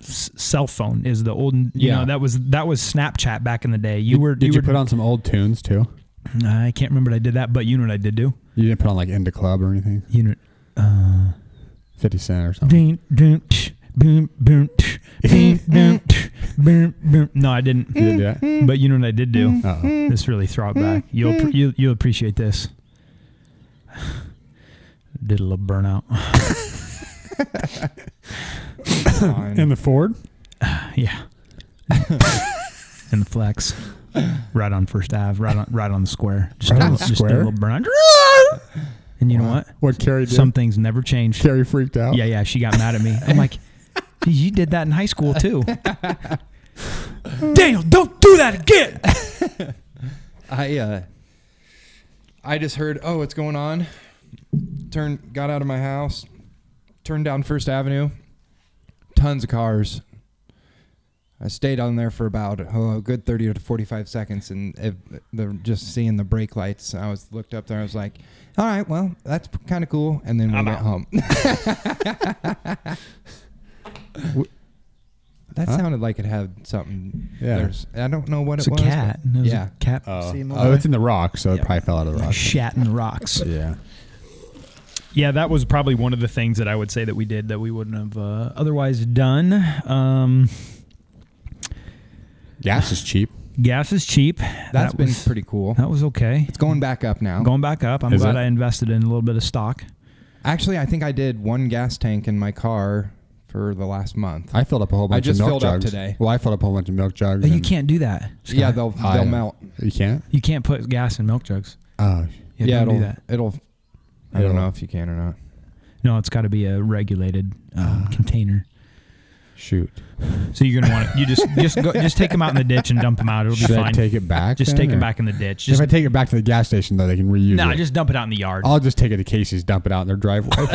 S6: s- cell phone is the olden you
S4: Yeah.
S6: know that was that was Snapchat back in the day. You were
S4: Did you,
S6: you,
S4: put on some old tunes too?
S6: put I can't remember what I did that, but you know what I did do.
S4: You didn't put on like into club or anything,
S6: You know
S4: Fifty Cent or [laughs] something.
S6: Dun, dun, tsh, boom, boom,
S4: [laughs]
S6: tsh, boom, boom, tsh, boom, boom. No, I didn't.
S4: [laughs] You did that?
S6: But you know what I did
S4: Oh.
S6: do?
S4: Uh-oh.
S6: This really throw it
S4: [laughs]
S6: back. You'll
S4: Mm-hmm.
S6: appre- you, you'll appreciate this. [sighs] Did a little burnout. [laughs]
S8: on-
S4: In the Ford? [laughs]
S6: yeah. In the flex, right on First Ave, right on right on the square. Just,
S4: Right
S6: did a
S4: on the
S6: little- just did
S4: square?
S6: a little burnout.
S4: [laughs]
S6: And you know what?
S4: What Carrie did?
S6: Some things never change.
S4: Carrie freaked out.
S6: Yeah, yeah. She got mad at me. I'm like, [laughs] "Geez, you did that in high school
S4: [laughs]
S6: too. Daniel, don't do that again.
S8: I uh, I just heard, oh, what's going on? Turned, got out of my house, turned down First Avenue, tons of cars. I stayed on there for about oh, a good thirty to forty-five seconds, and it, the, just seeing the brake lights, I was looked up there. I was like, all right, well, that's kind of cool. And then we
S6: [laughs]
S8: went home. That sounded like it had something.
S4: Yeah.
S8: There's, I don't know what
S6: It's
S8: it
S6: a
S8: was.
S6: cat.
S8: but-
S6: It was
S8: yeah.
S6: a cat
S4: Oh.
S2: Seymour.
S4: oh, it's in the rock, so it probably fell out of the rock.
S6: shat in the rocks.
S4: [laughs] Yeah.
S6: Yeah, that was probably one of the things that I would say that we did that we wouldn't have uh, otherwise done. Um,
S4: Gas is cheap.
S6: gas is cheap.
S8: That's
S6: That
S8: been
S6: was-
S8: pretty cool.
S6: That was okay.
S8: It's going back up now.
S6: Going back up, I'm
S4: Is
S6: glad
S4: it?
S6: I invested in a little bit of stock.
S8: Actually, I think I did one gas tank in my car for the last month.
S4: I filled up a whole bunch
S8: I just
S4: of milk
S8: filled up
S4: jugs.
S8: today.
S4: Well, I filled up a whole bunch of milk jugs.
S6: you
S4: and
S6: can't do that.
S8: yeah, they'll they'll
S4: I-
S8: melt.
S4: You can't.
S6: You can't put gas in milk jugs.
S4: Oh,
S6: Yeah,
S8: yeah,
S6: don't
S8: it'll
S6: do that.
S8: it'll. I don't
S4: It'll-
S8: know if you can or not.
S6: No, it's got to be a regulated um, container.
S4: shoot.
S6: So you're gonna want to you just just go, just take them out in the ditch and dump them out. It'll be
S4: Should I
S6: fine.
S4: take it back?
S6: just
S4: then,
S6: take them
S4: or-
S6: back in the ditch.
S4: if
S6: Just
S4: I take it back to the gas station, though, they can reuse
S6: no,
S4: it.
S6: just dump it out in the yard.
S4: I'll just take it to Casey's, dump it out in their driveway.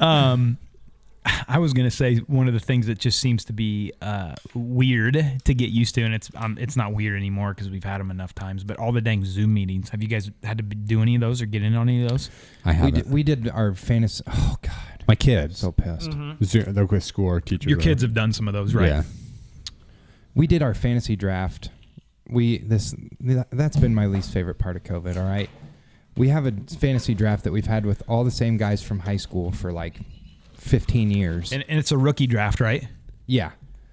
S6: um I was gonna say one of the things that just seems to be uh, weird to get used to, and it's um, it's not weird anymore because we've had them enough times. But all the dang Zoom meetings. Have you guys had to be- do any of those or get in on any of those?
S4: I
S8: We
S4: haven't.
S8: did, we did our fantasy. Oh God,
S4: My kids,
S8: so pissed.
S6: Mm-hmm.
S4: Zo- they're with school or teachers.
S6: Your
S4: or-
S6: kids have done some of those, right?
S4: Yeah.
S8: We did our fantasy draft. We this th- that's been my least favorite part of COVID. All right, we have a fantasy draft that we've had with all the same guys from high school for like fifteen years.
S6: And, and it's a rookie draft, right?
S8: yeah,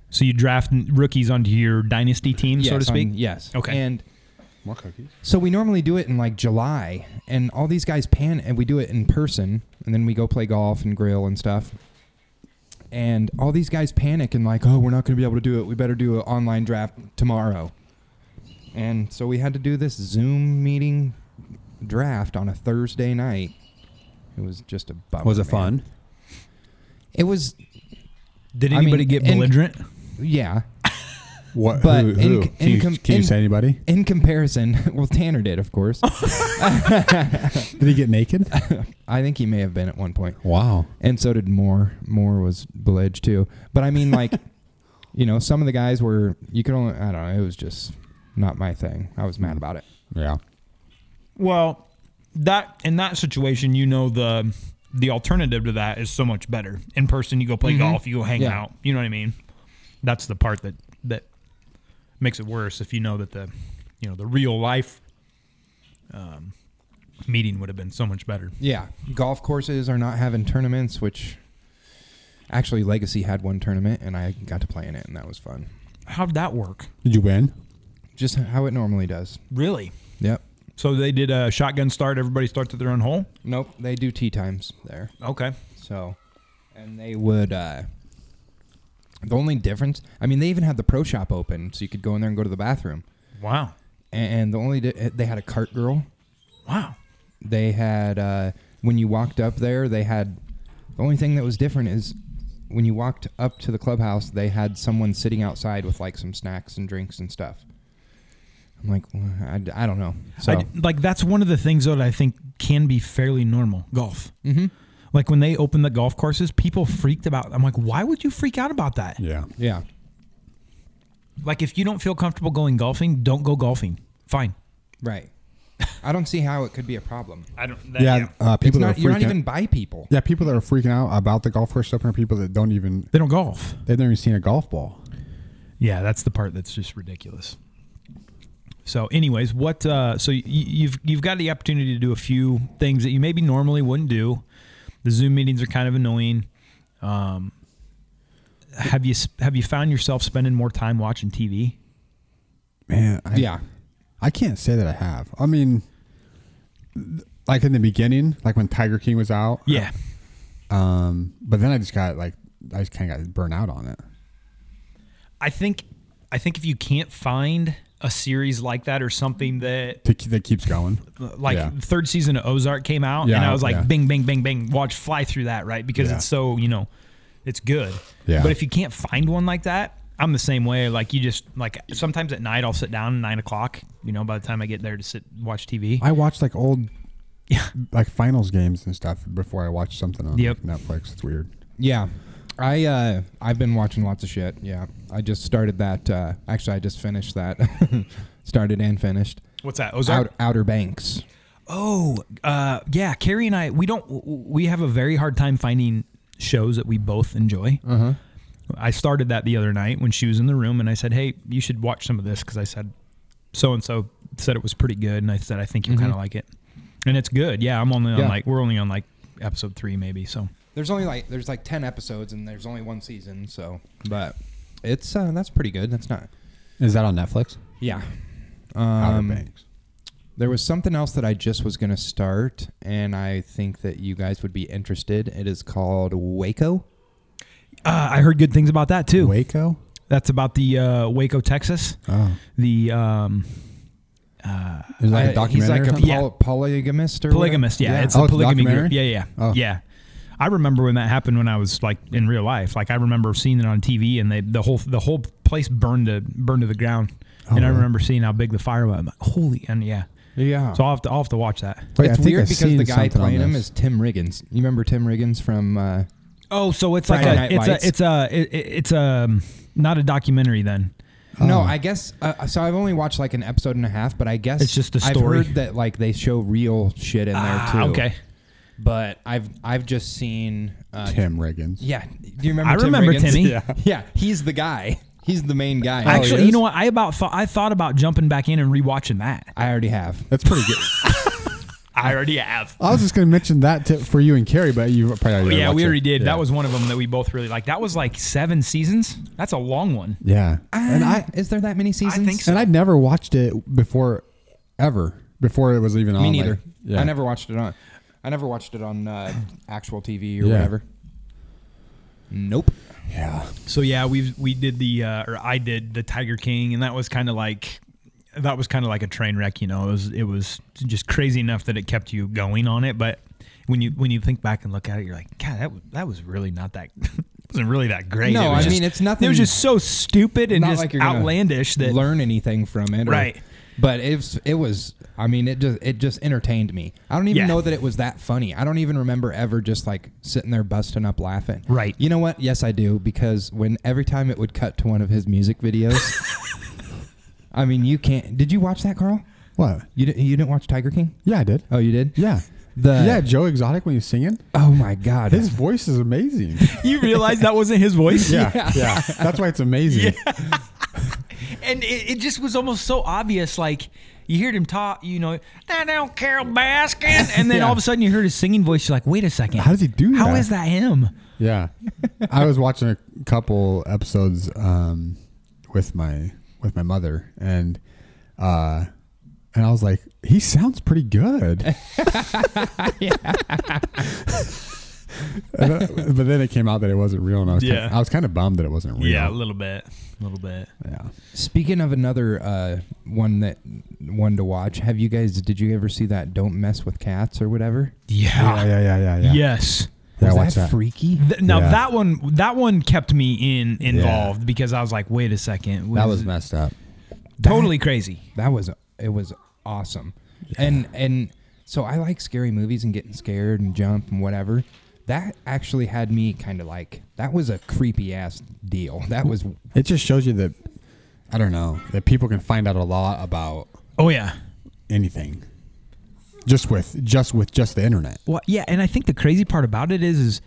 S6: So you draft n- rookies onto your dynasty team, so to
S8: Yes, on-
S6: speak.
S8: yes.
S6: Okay.
S8: And
S4: More cookies.
S8: So we normally do it in like July, and all these guys pan, and we do it in person, and then we go play golf and grill and stuff. and all these guys panic and like, oh, we're not going to be able to do it. We better do an online draft tomorrow. And so we had to do this Zoom meeting draft on a Thursday night. It was just a bummer.
S4: Was it
S8: Oh, man.
S4: fun?
S8: It was,
S6: Did
S8: I mean,
S6: anybody get
S8: and-
S6: belligerent?
S8: yeah.
S4: What?
S8: But
S4: who?
S8: in-
S4: who?
S8: in
S4: can you,
S8: com-
S4: can you
S8: in-
S4: say anybody?
S8: In comparison, [laughs] well, Tanner did,
S4: [laughs]
S8: of course.
S4: Did he get naked?
S8: I think he may have been at one point.
S4: wow.
S8: and so did Moore. Moore was beledged too. But I [laughs] mean, like, you know, some of the guys were you could only I don't know. It was just not my thing. I was mad about it.
S4: Yeah.
S6: Well, that in that situation, you know the the alternative to that is so much better. In person, you go play golf, you go hang
S8: Yeah.
S6: out. You know what I mean? That's the part that that makes it worse if you know that the you know the real life um, meeting would have been so much better.
S8: Yeah, golf courses are not having tournaments, which actually Legacy had one tournament, and I got to play in it, and that was fun.
S6: How'd that work?
S4: Did you win?
S8: Just how it normally does.
S6: Really?
S8: Yep.
S6: So they did a shotgun start. Everybody starts at their own hole.
S8: Nope. They do tea times there.
S6: Okay.
S8: So, and they would. uh The only difference, I mean, they even had the pro shop open, so you could go in there and go to the bathroom.
S6: Wow.
S8: And the only di- eh, they had a cart girl
S6: Wow.
S8: They had uh, when you walked up there, they had the only thing that was different is when you walked up to the clubhouse, they had someone sitting outside with like some snacks and drinks and stuff. I'm like, well, I, I don't know. So
S6: I, like that's one of the things though, that I think can be fairly normal. Golf. Mm-hmm. Like when they opened the golf courses, people freaked about. I'm like, why would you freak out about that?
S4: Yeah.
S8: yeah,
S6: Like if you don't feel comfortable going golfing, don't go golfing. Fine.
S8: right. I don't see how it could be a problem.
S6: I don't.
S4: Yeah. Uh,
S8: It's
S4: people
S8: not,
S4: that are
S8: you're not
S4: freaking-
S8: even by people.
S4: Yeah, people that are freaking out about the golf course opener, people that don't even
S6: They don't golf.
S4: they've never even seen a golf ball.
S6: Yeah, that's the part that's just ridiculous. So, anyways, what? Uh, so y- you've you've got the opportunity to do a few things that you maybe normally wouldn't do. The Zoom meetings are kind of annoying. Um, have you s- have you found yourself spending more time watching TV?
S4: Man, I,
S8: Yeah,
S4: I can't say that I have. I mean, th- like in the beginning, like when Tiger King was out.
S6: Yeah,
S4: Um, but then I just got like I just kind of got burnt out on it.
S6: I think I think if you can't find a series like that or something that
S4: To, ke- that keeps going.
S6: like
S4: Yeah.
S6: the third season of Ozark came out, and
S4: Yeah,
S6: I was like,
S4: yeah.
S6: bing, bing, bing, bing, watch fly through that, right? Because
S4: Yeah.
S6: it's so you know, it's good.
S4: Yeah.
S6: But if you can't find one like that, I'm the same way. Like you just like sometimes at night I'll sit down nine o'clock. You know, by the time I get there to sit watch TV,
S4: I watched like
S8: [laughs]
S4: old,
S6: Yeah.
S4: like finals games and stuff before I watched something on
S6: Yep.
S4: Netflix. It's weird.
S8: yeah. I uh, I've been watching lots of shit. Yeah, I just started that. Uh, actually, I just finished that. [laughs] started and finished.
S6: what's that? Ozark.
S8: Out, Outer Banks.
S6: Oh, uh, yeah. Carrie and I, we don't, w- w- we have a very hard time finding shows that we both enjoy. I started that the other night when she was in the room, and I said, "Hey, you should watch some of this," because I said, "So and so said it was pretty good," and I said, "I think you'll kind of like it," and it's good. Yeah, I'm only on
S8: Yeah.
S6: like we're only on like episode three maybe. So
S8: There's only like there's like ten episodes and there's only one season, so but it's uh, that's pretty good. That's not
S4: Is that on Netflix?
S8: yeah.
S4: Outer
S8: Um,
S4: Banks.
S8: there was something else that I just was gonna start, and I think that you guys would be interested. It is called Waco.
S6: uh, I heard good things about that too.
S4: Waco.
S6: That's about the uh, Waco, Texas.
S4: Oh,
S6: The um,
S4: is that
S8: I-
S4: like a documentary?
S8: he's like
S4: or
S8: a
S4: something?
S8: poly- polygamist or
S6: polygamist. Yeah,
S8: whatever?
S6: it's a
S4: Oh, it's a
S6: polygamy group.
S4: documentary?
S6: Yeah, yeah,
S4: Oh.
S6: yeah. I remember when that happened when I was like in real life. Like I remember seeing it on TV, and they the whole the whole place burned to burned to the ground.
S4: Oh,
S6: and I
S4: really?
S6: remember seeing how big the fire was. I'm like, holy, and yeah.
S8: yeah.
S6: So I'll have to I'll have to watch that.
S4: Wait, I
S8: it's
S4: think
S8: weird
S4: I've
S8: because the
S4: seen
S8: guy
S4: something on
S8: playing him
S4: this.
S8: is Tim Riggins. You remember Tim Riggins from uh,
S6: Oh, so it's
S8: Friday
S6: like
S8: Night
S6: a it's,
S8: Lights.
S6: a it's a it- it- it's a um, not a documentary then.
S8: No,
S4: Oh.
S8: I guess uh, so. I've only watched like an episode and a half, but I guess
S6: It's just the story.
S8: I've heard that like they show real shit in
S6: Ah,
S8: there too.
S6: okay.
S8: but I've I've just seen. Uh,
S4: Tim Riggins.
S8: Yeah, do you remember?
S6: I
S8: Tim
S6: remember
S8: Riggins?
S6: Timmy.
S8: [laughs]
S6: Oh,
S8: Yeah. yeah, he's the guy. He's the main guy.
S6: Actually, you know what? I about thought I thought about jumping back in and rewatching that.
S8: I already have.
S4: That's pretty good.
S6: I already have.
S4: I was just going to mention that tip for you and Carrie, but you probably already
S6: yeah,
S4: watched
S6: we
S4: it.
S6: already did.
S4: Yeah.
S6: That was one of them that we both really liked. That was like seven seasons. That's a long one.
S4: yeah, and I
S8: is there that many seasons?
S6: think so.
S4: and I'd never watched it before, ever before it was even on.
S8: Me
S4: Oh, like-
S8: neither.
S4: yeah.
S8: I never watched it on. I never watched it on uh, actual TV or
S4: Yeah.
S8: whatever. Nope.
S4: Yeah.
S6: So yeah, we we did the uh, or I did the Tiger King, and that was kind of like that was kind of like a train wreck. You know, it was it was just crazy enough that it kept you going on it, but when you when you think back and look at it, you're like, God, that was that was really not that [laughs] wasn't really that great.
S8: No,
S6: It was
S8: I mean,
S6: just-
S8: it's nothing-
S6: It was just so stupid and
S8: Not
S6: just
S8: like you're gonna
S6: outlandish that
S8: learn anything from it, or-
S6: Right.
S8: But it was, it was. I mean, it just it just entertained me. I don't even
S6: Yeah.
S8: know that it was that funny. I don't even remember ever just like sitting there busting up laughing.
S6: Right.
S8: You know what? Yes, I do because when every time it would cut to one of his music
S6: [laughs]
S8: videos. I mean, you can't. Did you watch that, Carl?
S4: What?
S8: You didn't. You didn't watch Tiger King?
S4: Yeah, I did.
S8: Oh, you did.
S4: Yeah.
S8: The-
S4: yeah, Joe Exotic when he's singing,
S8: Oh my God.
S4: his voice is
S8: [laughs]
S4: amazing.
S6: [laughs] you realize that wasn't his voice.
S4: Yeah, yeah. That's why it's amazing.
S6: and it, it just was almost so obvious. Like you heard him talk, you know, I don't care, Baskin, and then
S4: [laughs] Yeah.
S6: all of a sudden you heard his singing voice. You're like, wait a second,
S4: How does he do
S6: How
S4: that?
S6: is that him?
S4: Yeah. I was watching a couple episodes um, with my with my mother and uh, and I was like, he sounds pretty [laughs] good. [laughs] And, uh, but then it came out that it wasn't real, and I was
S6: Yeah.
S4: kind of, I was kind of bummed that it wasn't real.
S6: little bit, a little bit.
S4: yeah.
S8: Speaking of another uh, one that one to watch, have you guys? Did you ever see that? Don't mess with cats or whatever.
S6: Yeah.
S4: yeah, yeah, yeah, yeah, yeah.
S6: Yes.
S4: Yeah,
S8: Was
S4: I watched
S8: that,
S4: that.
S8: freaky?
S6: Th- now
S4: Yeah.
S6: that one, that one kept me in involved because I was like, wait a second,
S4: That was messed up.
S6: totally crazy.
S8: That was it was awesome. And and so I like scary movies and getting scared and jump and whatever. That actually had me kind of like that was a creepy ass deal. [laughs] That was
S4: It just shows you that I don't know that people can find out a lot about
S6: Oh yeah.
S4: anything just with just with just the internet.
S6: Well, yeah, and I think the crazy part about it is, is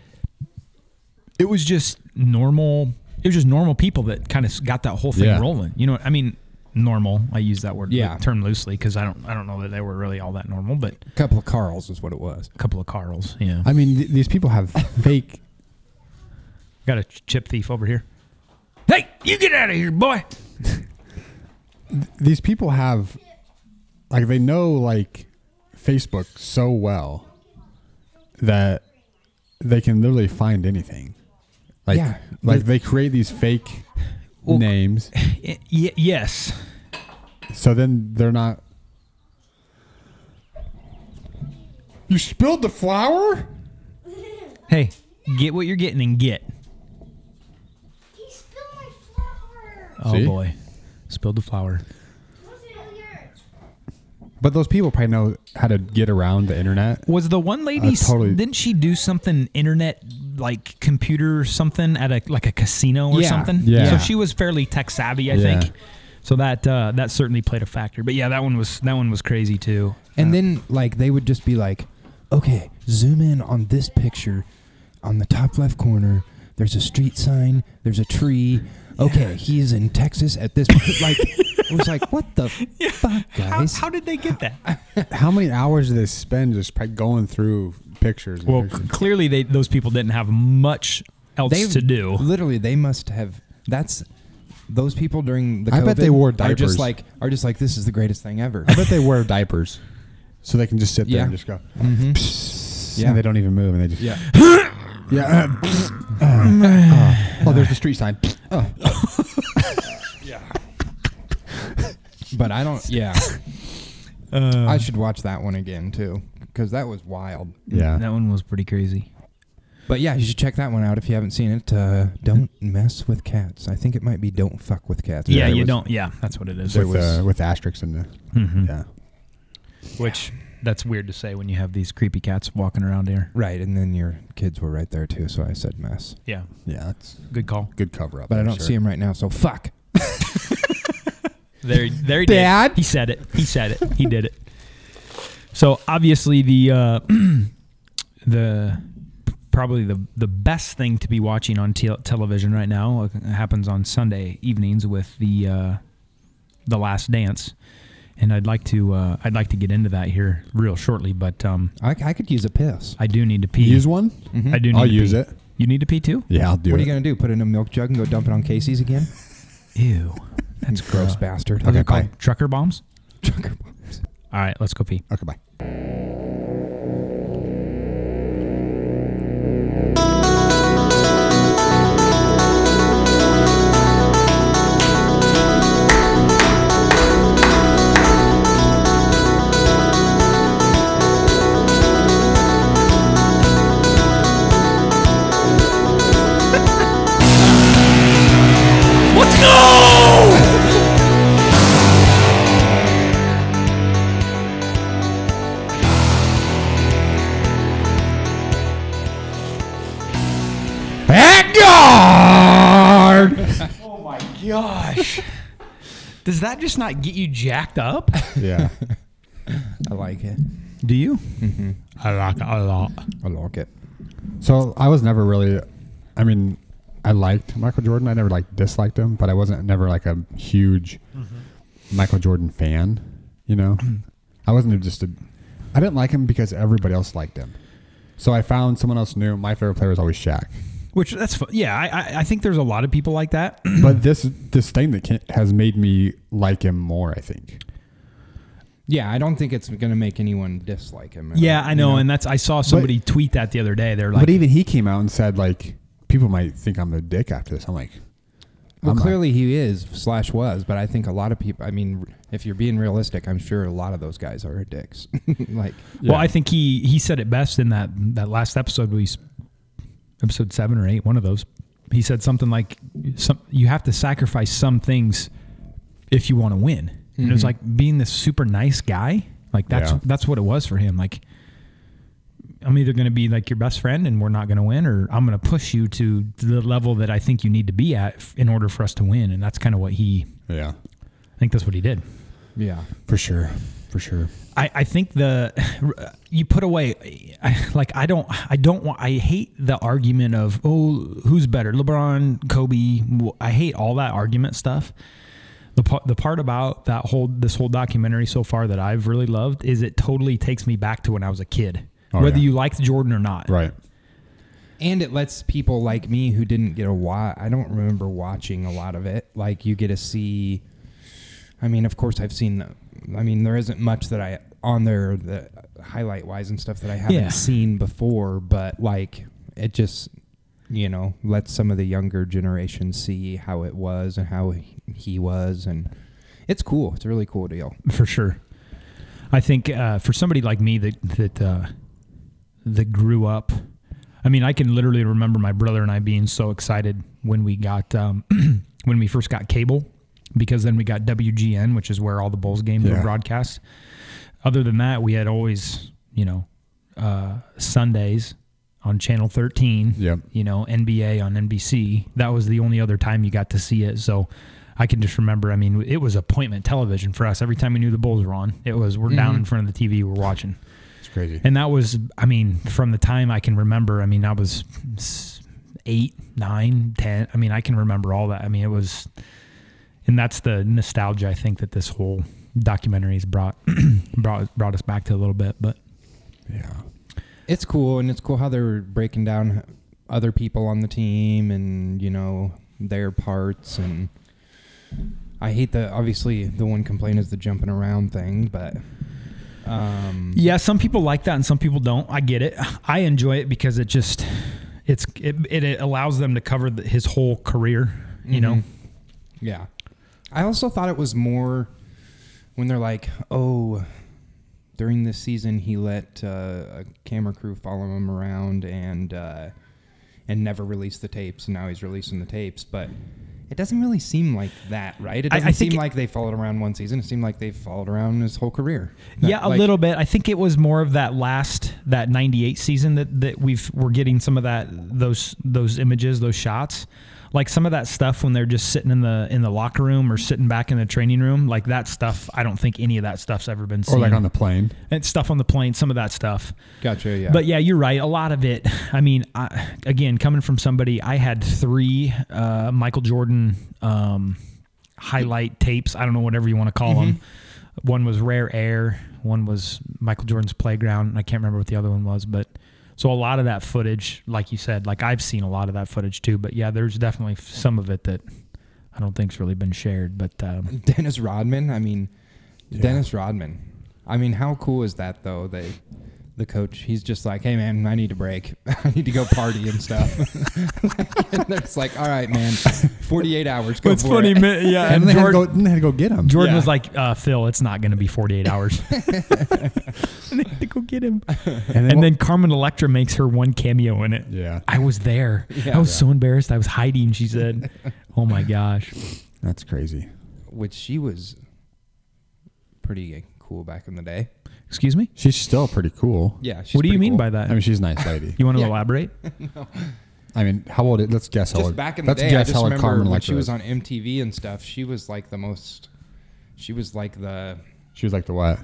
S6: it was just normal. It was just normal people that kind of got that whole thing
S4: Yeah.
S6: rolling. You know, I mean, normal. I use that word,
S8: Yeah.
S6: term loosely because I don't, I don't know that they were really all that normal, but
S8: a couple of Carls is what it was.
S6: a couple of Carls. Yeah,
S4: I mean, th- these people have fake.
S6: got a chip thief over here. Hey, you get out of here, boy.
S4: These people have like they know like Facebook so well that they can literally find anything. Like
S8: Yeah.
S4: like they create these fake names,
S6: Y- y- yes,
S4: so then they're not. You spilled the flour.
S6: Hey, get what you're getting and get.
S5: He spilled my flower.
S6: Oh
S4: See?
S6: boy, spilled the flour.
S5: Was it yours?
S4: But those people probably know how to get around the internet.
S6: Was the one lady? s-
S4: totally-
S6: Didn't she do something internet like computer or something at a like a casino or
S8: Yeah,
S6: something?
S4: yeah.
S6: So she was fairly tech savvy, I
S4: Yeah.
S6: think. So that uh, that certainly played a factor. But yeah, that one was that one was crazy too.
S8: And then like they would just be like, "Okay, zoom in on this picture on the top left corner. There's a street sign, there's a tree. Okay, he's in Texas at this point." like it was like, "What the fuck,
S6: How,
S8: guys?"
S6: how did they get
S4: [laughs]
S6: that?
S4: How many hours do they spend just probably going through pictures? and
S6: well,
S4: pictures?
S6: clearly they those people didn't have much else
S8: they
S6: to do.
S8: Literally, they must have that's those people during the
S4: I bet
S8: COVID
S4: they wore
S8: Are
S4: diapers.
S8: just like are just like this is the greatest thing ever.
S4: I bet they
S8: [laughs]
S4: wear diapers, so they can just sit there
S8: Yeah. Mm-hmm.
S4: and just go. Yeah,
S8: Yeah.
S4: and they don't even move, and they just
S8: Yeah.
S4: [laughs]
S8: [laughs]
S4: yeah. uh, uh, oh, there's the street sign. Oh,
S8: But I don't yeah.
S6: [laughs] Uh,
S8: I should watch that one again too cuz that was wild.
S6: that
S4: yeah.
S6: one was pretty crazy.
S8: But yeah, you should check that one out if you haven't seen it. Uh, don't mess with cats. I think it might be don't fuck with cats.
S6: Yeah,
S8: There
S6: you
S8: was-
S6: don't. Yeah, that's what it is.
S4: With, uh, with asterisks in the
S8: Mm-hmm.
S6: Mhm.
S4: yeah.
S6: Which that's weird to say when you have these creepy cats walking around here.
S8: Right, and then your kids were right there too, so I said mess.
S6: Yeah,
S4: Yeah, that's
S6: good call.
S4: good cover up.
S8: But I
S4: I'm
S8: don't 'em
S4: sure.
S8: see them right now, so fuck.
S6: There, there he
S8: Dad?
S6: did. He said it. He said it. He did it. So obviously the uh, [clears throat] the probably the the best thing to be watching on tel television right now uh, happens on Sunday evenings with the uh, the Last Dance, and I'd like to uh, I'd like to get into that here real shortly, but um,
S8: I, I could use a piss.
S6: I do need to pee.
S4: Use one.
S6: I do. Need
S4: I'll
S6: to
S4: use
S6: pee.
S4: it.
S6: You need to pee too.
S4: Yeah, I'll do
S8: Mm-hmm. what
S4: it.
S8: are you gonna do? Put it in a milk jug and go dump it on Casey's again?
S6: Ew,
S8: That's gross, bastard.
S4: [laughs] Okay,
S8: Call
S4: bye.
S6: trucker bombs.
S8: [laughs] Trucker bombs.
S6: All right, let's go pee.
S4: okay, bye.
S9: Let's go!
S4: At guard!
S6: Oh my gosh. Does that just not get you jacked up?
S8: [laughs]
S4: yeah.
S8: I like it.
S6: [laughs] Do you? Mm-hmm. I like it a lot.
S8: I like it.
S4: So I was never really, I mean, I liked Michael Jordan. I never like disliked him, but I wasn't never like a huge Michael Jordan fan. You know, I wasn't just a. I didn't like him because everybody else liked him. So I found someone else new. My favorite player was always Shaq.
S6: Which that's fu- yeah. I, I I think there's a lot of people like that.
S4: But this this thing that can, has made me like him more. I think.
S8: Yeah, I don't think it's going to make anyone dislike him.
S6: yeah, I know, and that's I saw somebody tweet that the other day. They're like,
S4: but even he came out and said like, people might think I'm a dick after this. I'm like,
S8: Well,
S4: I'm not-
S8: clearly he is slash was, but I think a lot of people. I mean, if you're being realistic, I'm sure a lot of those guys are dicks. [laughs] like,
S6: Well, I think he he said it best in that that last episode we s- episode 7 or 8, one of those. He said something like some you have to sacrifice some things if you want to win. And it was like being this super nice guy. Like that's
S4: Yeah.
S6: that's what it was for him. Like I'm either going to be like your best friend and we're not going to win or I'm going to push you to the level that I think you need to be at f- in order for us to win and that's kind of what he
S4: yeah,
S6: I think that's what he did.
S8: yeah,
S4: for sure, for sure.
S6: I, I think the [sighs] you put away I- like I don't I don't want I hate the argument of oh who's better LeBron Kobe I hate all that argument stuff. The part the part about that whole this whole documentary so far that I've really loved is it totally takes me back to when I was a kid.
S4: Oh,
S6: Whether
S4: yeah.
S6: you liked Jordan or not,
S4: Right.
S8: and it lets people like me who didn't get a watch. I don't remember watching a lot of it. Like, you get to see. I mean, of course, I've seen. I mean, there isn't much that I on there that highlight wise and stuff that I haven't
S6: Yeah.
S8: seen before, but like it just you know lets some of the younger generation see how it was and how he- he was and it's cool it's a really cool deal
S6: for sure. I think uh, for somebody like me that that uh, that grew up, I mean, I can literally remember my brother and I being so excited when we got um, [clears throat] when we first got cable, because then we got WGN, which is where all the Bulls games were
S4: Yeah.
S6: broadcast. Other than that, we had always, you know, uh, Sundays on Channel 13.
S4: Yep.
S6: You know, NBA on NBC. That was the only other time you got to see it. So I can just remember, I mean, it was appointment television for us. Every time we knew the Bulls were on, it was we're down in front of the TV, we're watching.
S4: It's crazy.
S6: And that was, I mean, from the time I can remember, I mean, I was s- eight, nine, ten. I mean, I can remember all that. I mean, it was, and that's the nostalgia I think that this whole documentary has brought, [clears throat] brought, brought us back to a little bit. But
S4: yeah.
S8: it's cool and it's cool how they're breaking down other people on the team and you know their parts and i hate the obviously the one complaint is the jumping around thing but um
S6: yeah, some people like that and some people don't. I get it. I enjoy it because it just, it's, it, it allows them to cover the, his whole career, you know?
S8: Yeah. I also thought it was more when they're like, oh, during this season he let uh, a camera crew follow him around and uh, and never released the tapes, and now he's releasing the tapes, but. It doesn't really seem like that, right? It
S6: I- I
S8: doesn't seem
S6: think it-
S8: like they followed around one season. It seemed like they followed around his whole career.
S6: Yeah, a
S8: Like-
S6: little bit. I think it was more of that last that '98 season that that we've we're getting some of that those those images, those shots, like some of that stuff when they're just sitting in the in the locker room or sitting back in the training room, like that stuff. I don't think any of that stuff's ever been
S4: Or
S6: seen.
S4: like on the plane.
S6: and stuff on the plane, some of that stuff.
S8: Gotcha. Yeah.
S6: But yeah, you're right. A lot of it. I mean, I, again, coming from somebody, I had three uh, Michael Jordan um, highlight tapes. I don't know whatever you want to call them. One was Rare Air. One was Michael Jordan's Playground. And I can't remember what the other one was, but so a lot of that footage, like you said, like I've seen a lot of that footage too. But yeah, there's definitely f- some of it that I don't think's really been shared. But um,
S8: [laughs] Dennis Rodman. I mean, Dennis Rodman. I mean, how cool is that though? They, the coach, he's just like, "Hey man, I need a break. [laughs] I need to go party and stuff." [laughs] and it's like, "All right, man, forty-eight hours. Go for it."
S6: yeah,
S4: And, [laughs] they, had to go, then they had to go get him.
S6: Jordan
S8: Yeah.
S6: was like, uh, Phil, it's not going to be
S8: [laughs]
S6: 48 hours. and they had to go get [laughs] him.
S4: And then,
S6: And then Carmen Electra makes her one cameo in it.
S4: Yeah.
S6: I was there.
S8: Yeah. [laughs]
S6: I was so embarrassed. I was hiding, she said. Oh my gosh.
S4: That's crazy.
S8: [laughs] which she was pretty cool back in the day.
S6: Excuse me?
S4: She's still pretty cool.
S8: Yeah.
S6: what do you mean by that?
S4: I mean, she's a nice lady.
S6: you want to
S4: [laughs]
S6: elaborate?
S4: I mean, how old? Is, let's guess how
S8: just
S4: old.
S8: back in the
S4: let's
S8: day, I
S4: guess
S8: just
S4: how old
S8: remember
S4: Carmen
S8: when
S4: Electra
S8: she was
S4: is.
S8: on MTV and stuff. She was like the most. She was like the
S4: She was like the what?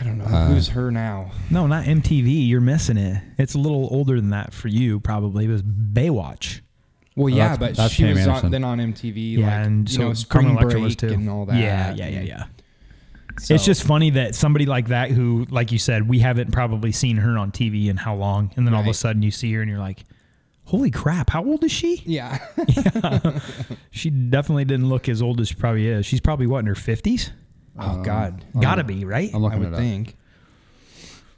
S8: I don't know
S6: Uh,
S8: who's her now.
S6: No, not MTV. You're missing it. It's a little older than that for you, probably. It was Baywatch.
S8: Well,
S4: Oh,
S8: yeah,
S4: that's-
S8: but
S4: that's
S8: she
S4: Pam
S8: was
S4: Anderson.
S8: on, then on MTV.
S6: yeah,
S8: like,
S6: and
S8: you
S6: so
S8: know,
S6: Carmen
S8: Spring
S6: Electra was
S8: Break
S6: too.
S8: and all that.
S6: Yeah, yeah, yeah,
S8: and
S6: yeah.
S8: so-
S6: It's just funny that somebody like that, who, like you said, we haven't probably seen her on TV in how long, and then all of a
S8: Right.
S6: sudden you see her and you're like, "Holy crap! How old is she?"
S8: yeah. [laughs] Oh,
S6: [laughs] She definitely didn't look as old as she probably is. She's probably what in her fifties?
S8: oh God,
S6: Um, Gotta be right.
S4: I'm
S8: I
S4: looking
S8: would
S4: at
S8: think.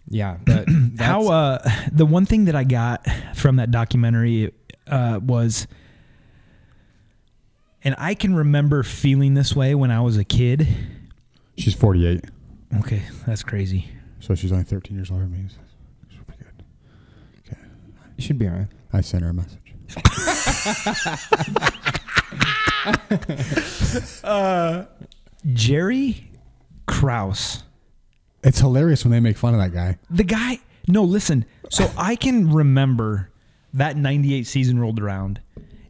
S8: Yeah,
S6: [clears throat]
S8: but
S6: how
S8: that's-
S6: uh the one thing that I got from that documentary uh was and I can remember feeling this way when I was a kid.
S4: She's 48,
S6: Okay, that's crazy.
S4: so she's only 13 years older than me. She's pretty good.
S8: you should be alright.
S4: I sent her a message.
S6: Jerry Krause.
S4: It's hilarious when they make fun of that guy.
S6: The guy No, listen. So I can remember that 98 season rolled around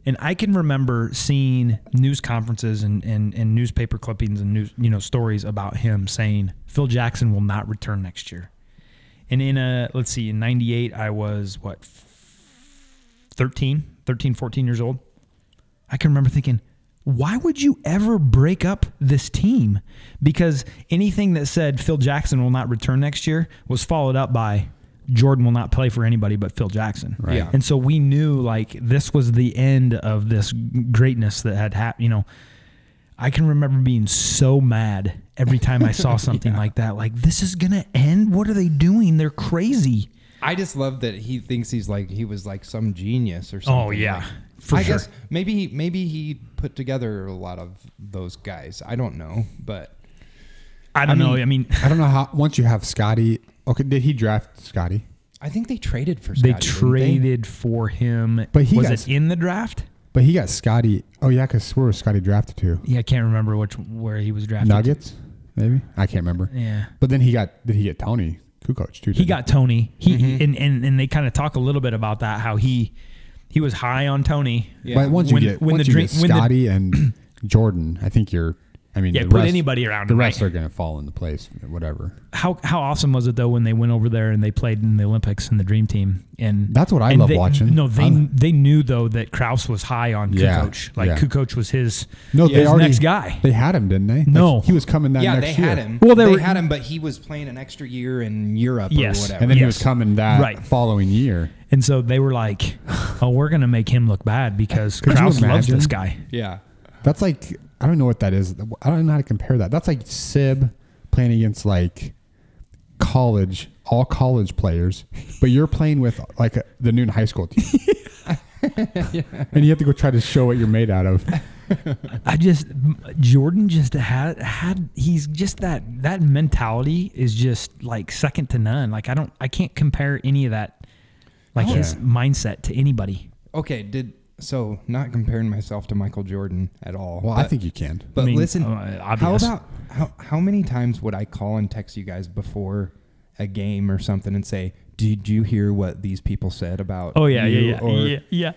S6: and I can remember seeing news conferences and, and, and newspaper clippings and news, you know, stories about him saying Phil Jackson will not return next year. And in a, let's see, in 98, I was what, 13, 13, 14 years old. I can remember thinking, why would you ever break up this team? Because anything that said Phil Jackson will not return next year was followed up by Jordan will not play for anybody but Phil Jackson. Right.
S8: Yeah.
S6: And so we knew like this was the end of this greatness that had happened, you know. I can remember being so mad every time I [laughs] saw something like that. Like, this is going to end? What are they doing? They're crazy.
S8: I just love that he thinks he's like he was like some genius or something.
S6: Oh, yeah.
S8: Like,
S6: For
S8: I
S6: sure.
S8: guess maybe he maybe he put together a lot of those guys. I don't know, but
S6: I don't know. I mean,
S4: I don't know how. Once you have Scotty, okay, did he draft Scotty?
S8: I think they traded for.
S6: they
S8: Scotty, didn't
S6: traded for him.
S4: But he
S6: was
S4: got-
S6: it in the draft?
S4: But he got Scotty. Oh yeah, because where was Scotty drafted to?
S6: Yeah, I can't remember which where he was drafted.
S4: Nuggets, maybe. I can't remember.
S6: Yeah.
S4: But then he got. Did he get Tony Kukoc too?
S6: He
S4: didn't
S6: got Tony. He and, and and they kind of talk a little bit about that how he he was high on Tony.
S8: Yeah.
S4: But once you
S6: When-
S4: get
S6: when
S4: once
S6: the
S4: you
S6: dream-
S4: get
S6: when the-
S4: Scotty and [clears throat] Jordan, I think you're. I mean,
S6: Yeah,
S4: the
S6: put
S4: rest-
S6: anybody around
S4: The
S6: him,
S4: rest
S6: right?
S4: are going to fall into place, whatever.
S6: How how awesome was it though when they went over there and they played in the Olympics in the Dream Team and
S4: That's what I
S6: and
S4: love
S6: they-
S4: watching.
S6: No, they
S4: I'm-
S6: they knew though that Kraus was high on
S4: Yeah,
S6: Kukoc. Like
S4: yeah.
S6: Kukoc was his
S4: No,
S6: his
S4: they already
S6: next guy.
S4: They had him, didn't they? Like,
S6: No.
S4: he was coming that
S8: They? Yeah,
S4: next
S8: they
S4: year.
S8: had him.
S6: Well,
S8: Well,
S6: they
S8: they,
S6: were-
S8: had him, but he was playing an extra year in Europe
S6: Yes.
S8: or whatever.
S4: And then he
S6: Yes.
S4: was coming that
S6: Right.
S4: following year.
S6: And so they were like, "Oh, we're gonna make him look bad because
S4: you
S6: Kraus loves
S4: imagine?
S6: this guy."
S8: yeah,
S4: That's like I don't know what that is. I don't know how to compare that. That's like Sib playing against like college, all college players, but you're playing with like a, the noon high
S6: [laughs]
S4: school team. and you have to go try to show what you're made out of.
S6: I just Jordan just had had he's just that that mentality is just like second to none. Like I don't I can't compare any of that like his
S4: Yeah.
S6: mindset to anybody.
S8: Okay, did so not comparing myself to Michael Jordan at all.
S4: Well, I
S8: but-
S4: think you can.
S8: But
S6: I mean,
S8: listen,
S6: uh,
S8: how
S6: obvious.
S8: about how how many times would I call and text you guys before a game or something and say, "Did you hear what these people said about?" you?" or-
S6: Oh, yeah.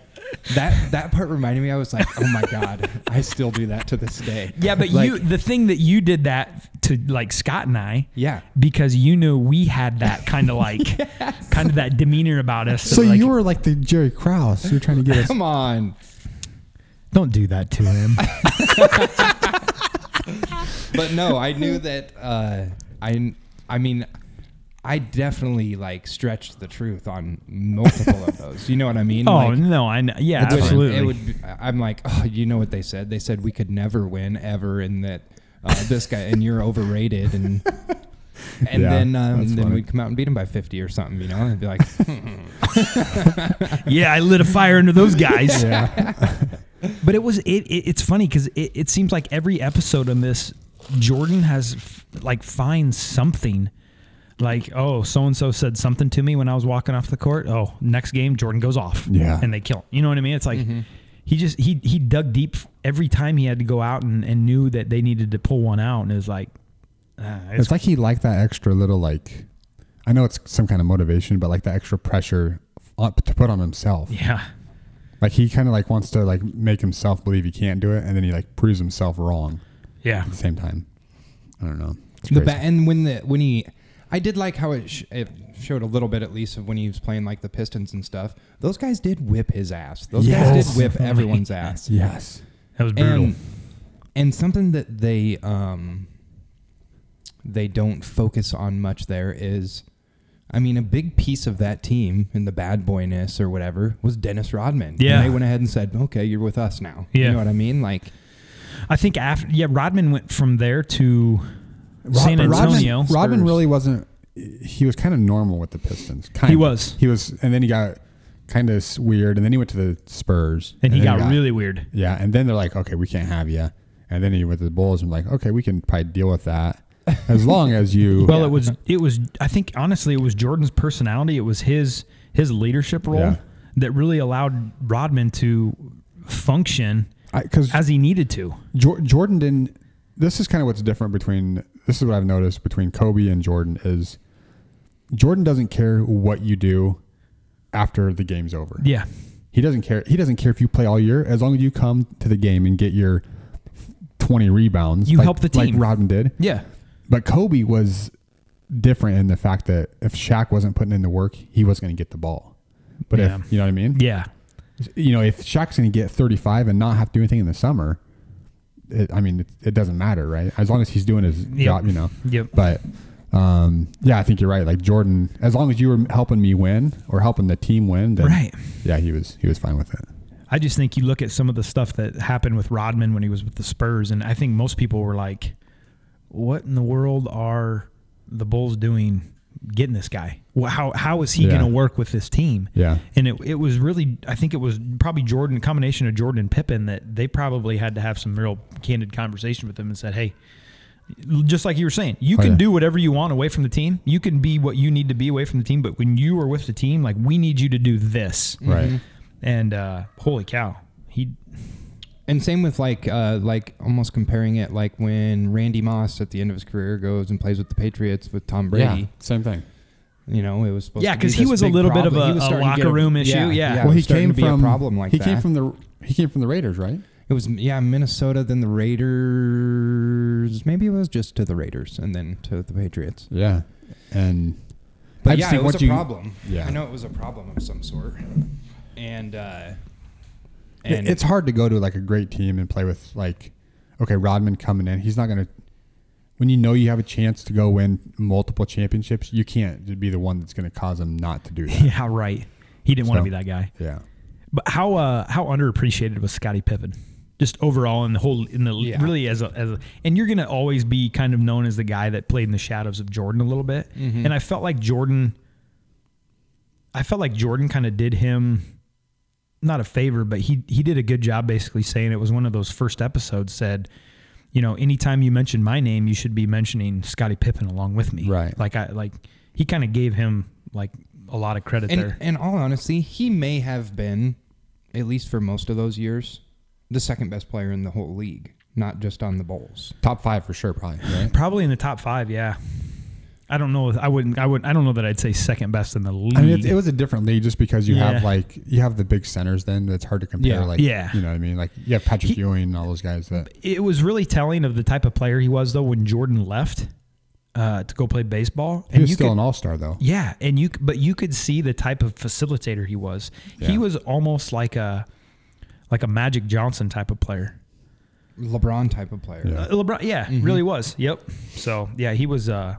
S8: That that part reminded me. I was like, "Oh my god, I still do that to this day."
S6: Yeah, but
S8: Like,
S6: you the thing that you did that to like Scott and I
S8: Yeah.
S6: because you knew we had that kind of
S8: [laughs]
S6: like kind of that demeanor about us.
S4: So
S6: like,
S4: you were like the Jerry Krause. You're trying to get us.
S8: Come on,
S6: [laughs] don't do that to him.
S8: but no, I knew that. Uh, I I mean, I definitely like stretched the truth on multiple of those. You know what I mean?
S6: oh
S8: Like,
S6: no, I know. yeah,
S8: it would-
S6: absolutely.
S8: It would. Be, I'm like, oh, you know what they said? They said we could never win ever, and that uh, this guy and you're
S4: [laughs]
S8: overrated, and and
S4: Yeah,
S8: then um,
S4: that's
S8: then
S4: funny.
S8: we'd come out and beat him by 50 or something, you know? And be like,
S6: yeah, I lit a fire under those guys. [laughs] but it was it, it it's funny because it, it seems like every episode on this, Jordan has f- like finds something. Like, oh, so and so said something to me when I was walking off the court. Oh, next game, Jordan goes off.
S4: Yeah.
S6: And they kill him. You know what I mean? It's like he just he he dug deep every time he had to go out and, and knew that they needed to pull one out and it was like uh, it's,
S4: [laughs] It's like he liked that extra little like. I know it's some kind of motivation, but like the extra pressure up to put on himself.
S6: yeah
S4: Like he kind of like wants to like make himself believe he can't do it, and then he like proves himself wrong
S6: yeah
S4: at the same time. I don't know. It's
S8: The
S4: crazy.
S8: ba- and when the when he, I did like how it sh- it showed a little bit at least of when he was playing like the Pistons and stuff. Those guys did whip his ass. Those guys
S4: Yes.
S6: [laughs]
S8: did whip everyone's ass.
S4: yes.
S6: that was brutal
S8: And, and something that they um, they don't focus on much there is, I mean, a big piece of that team and the bad boyness or whatever was Dennis Rodman. And
S6: Yeah.
S8: they went ahead and said, okay, you're with us now.
S6: Yeah.
S8: You know what I mean? Like,
S6: I think after yeah Rodman went from there to San Antonio
S4: Rodman, Rodman
S6: Spurs.
S4: really wasn't. He was kind of normal with the Pistons. Kind
S6: He
S4: of.
S6: was.
S4: He was, and then he got kind of weird, and then he went to the Spurs,
S6: and he
S4: then
S6: got really weird
S4: Yeah, and then they're like, okay, we can't have you. And then he went to the Bulls, and like, okay, we can probably deal with that as long as you.
S6: [laughs] Well, it was it was I think honestly it was Jordan's personality. It was his his leadership role
S4: Yeah.
S6: that really allowed Rodman to function
S4: because
S6: as he needed to.
S4: Jor- Jordan didn't. This is kind of what's different between. This is what I've noticed between Kobe and Jordan is Jordan doesn't care what you do after the game's over.
S6: Yeah.
S4: He doesn't care. He doesn't care if you play all year as long as you come to the game and get your twenty rebounds.
S6: You
S4: like,
S6: help the
S4: like
S6: team.
S4: Rodman did.
S6: Yeah.
S4: But Kobe was different in the fact that if Shaq wasn't putting in the work, he was going to get the ball. But
S6: Yeah.
S4: if you know what I mean,
S6: Yeah.
S4: you know, if Shaq's going to get 35 and not have to do anything in the summer, it, I mean, it, it doesn't matter, right? As long as he's doing his job, you know.
S6: Yep.
S4: But um, yeah, I think you're right. Like Jordan, as long as you were helping me win or helping the team win, then
S6: Right.
S4: Yeah, he was he was fine with it.
S6: I just think you look at some of the stuff that happened with Rodman when he was with the Spurs and I think most people were like what in the world are the Bulls doing getting this guy? Wh- How how is he
S4: Yeah.
S6: going to work with this team?
S4: Yeah.
S6: and it, it was really I think it was probably Jordan combination of Jordan and Pippen that they probably had to have some real candid conversation with them and said, hey, just like you were saying, you
S4: Oh,
S6: can
S4: yeah.
S6: do whatever you want away from the team. You can be what you need to be away from the team, but when you are with the team, like we need you to do this.
S4: Right.
S6: And uh, holy cow, he
S8: And same with like uh, like almost comparing it like when Randy Moss at the end of his career goes and plays with the Patriots with Tom Brady.
S4: same thing.
S8: You know, it was supposed
S6: Yeah,
S8: to be
S6: 'cause he
S8: this
S6: was a
S8: big
S6: little bit of
S8: problem.
S6: a-
S8: He was
S6: a
S8: starting to
S6: locker
S8: get
S6: room issue, yeah.
S8: yeah
S4: Well,
S8: it
S4: he
S8: was starting
S4: came
S8: to be
S4: from
S8: a problem like
S4: he
S8: that.
S4: came from the he came from the Raiders, right?
S8: It was yeah, Minnesota, then the Raiders. Maybe it was just to the Raiders and then to the Patriots.
S4: Yeah, and
S8: But
S4: I just
S8: yeah,
S4: think
S8: it was
S4: once
S8: a
S4: you-
S8: problem.
S4: Yeah.
S8: I know it was a problem of some sort. And uh
S4: It-
S8: and
S4: it's hard to go to like a great team and play with like, okay, Rodman coming in. He's not gonna. When you know you have a chance to go win multiple championships, you can't be the one that's gonna cause him not to do that.
S6: yeah right. He didn't want
S4: So-
S6: to be that guy.
S4: yeah.
S6: But how uh, how underappreciated was Scottie Pippen? Just overall in the whole in the
S8: Yeah.
S6: really as a, as a and you're gonna always be kind of known as the guy that played in the shadows of Jordan a little bit.
S8: Mm-hmm.
S6: And I felt like Jordan I felt like Jordan kind of did him not a favor, but he he did a good job basically saying it was one of those first episodes said, you know, anytime you mention my name, you should be mentioning Scottie Pippen along with me.
S4: Right.
S6: Like I like he kind of gave him like a lot of credit
S8: and,
S6: there.
S8: and all honesty, he may have been, at least for most of those years, the second best player in the whole league, not just on the Bulls.
S4: Top five for sure, probably. Right?
S6: Probably in the top five, yeah. I don't know. if- I wouldn't. I would. I don't know that I'd say second best in the league.
S4: I mean, it, it was a different league just because you have
S6: Yeah.
S4: like you have the big centers. Then that's hard to compare.
S8: Yeah.
S4: Like,
S6: Yeah.
S4: you know what I mean? Like you have Patrick
S6: He-
S4: Ewing and all those guys that
S6: It was really telling of the type of player he was, though. When Jordan left uh, to go play baseball,
S4: he was
S6: you
S4: still
S6: could,
S4: an all star though.
S6: yeah, and you c- but you could see the type of facilitator he was.
S4: Yeah.
S6: He was almost like a like a Magic Johnson type of player.
S8: LeBron type of player.
S4: Yeah.
S6: Uh, LeBron, yeah,
S4: Mm-hmm.
S6: really was. Yep. So yeah, he was. Uh,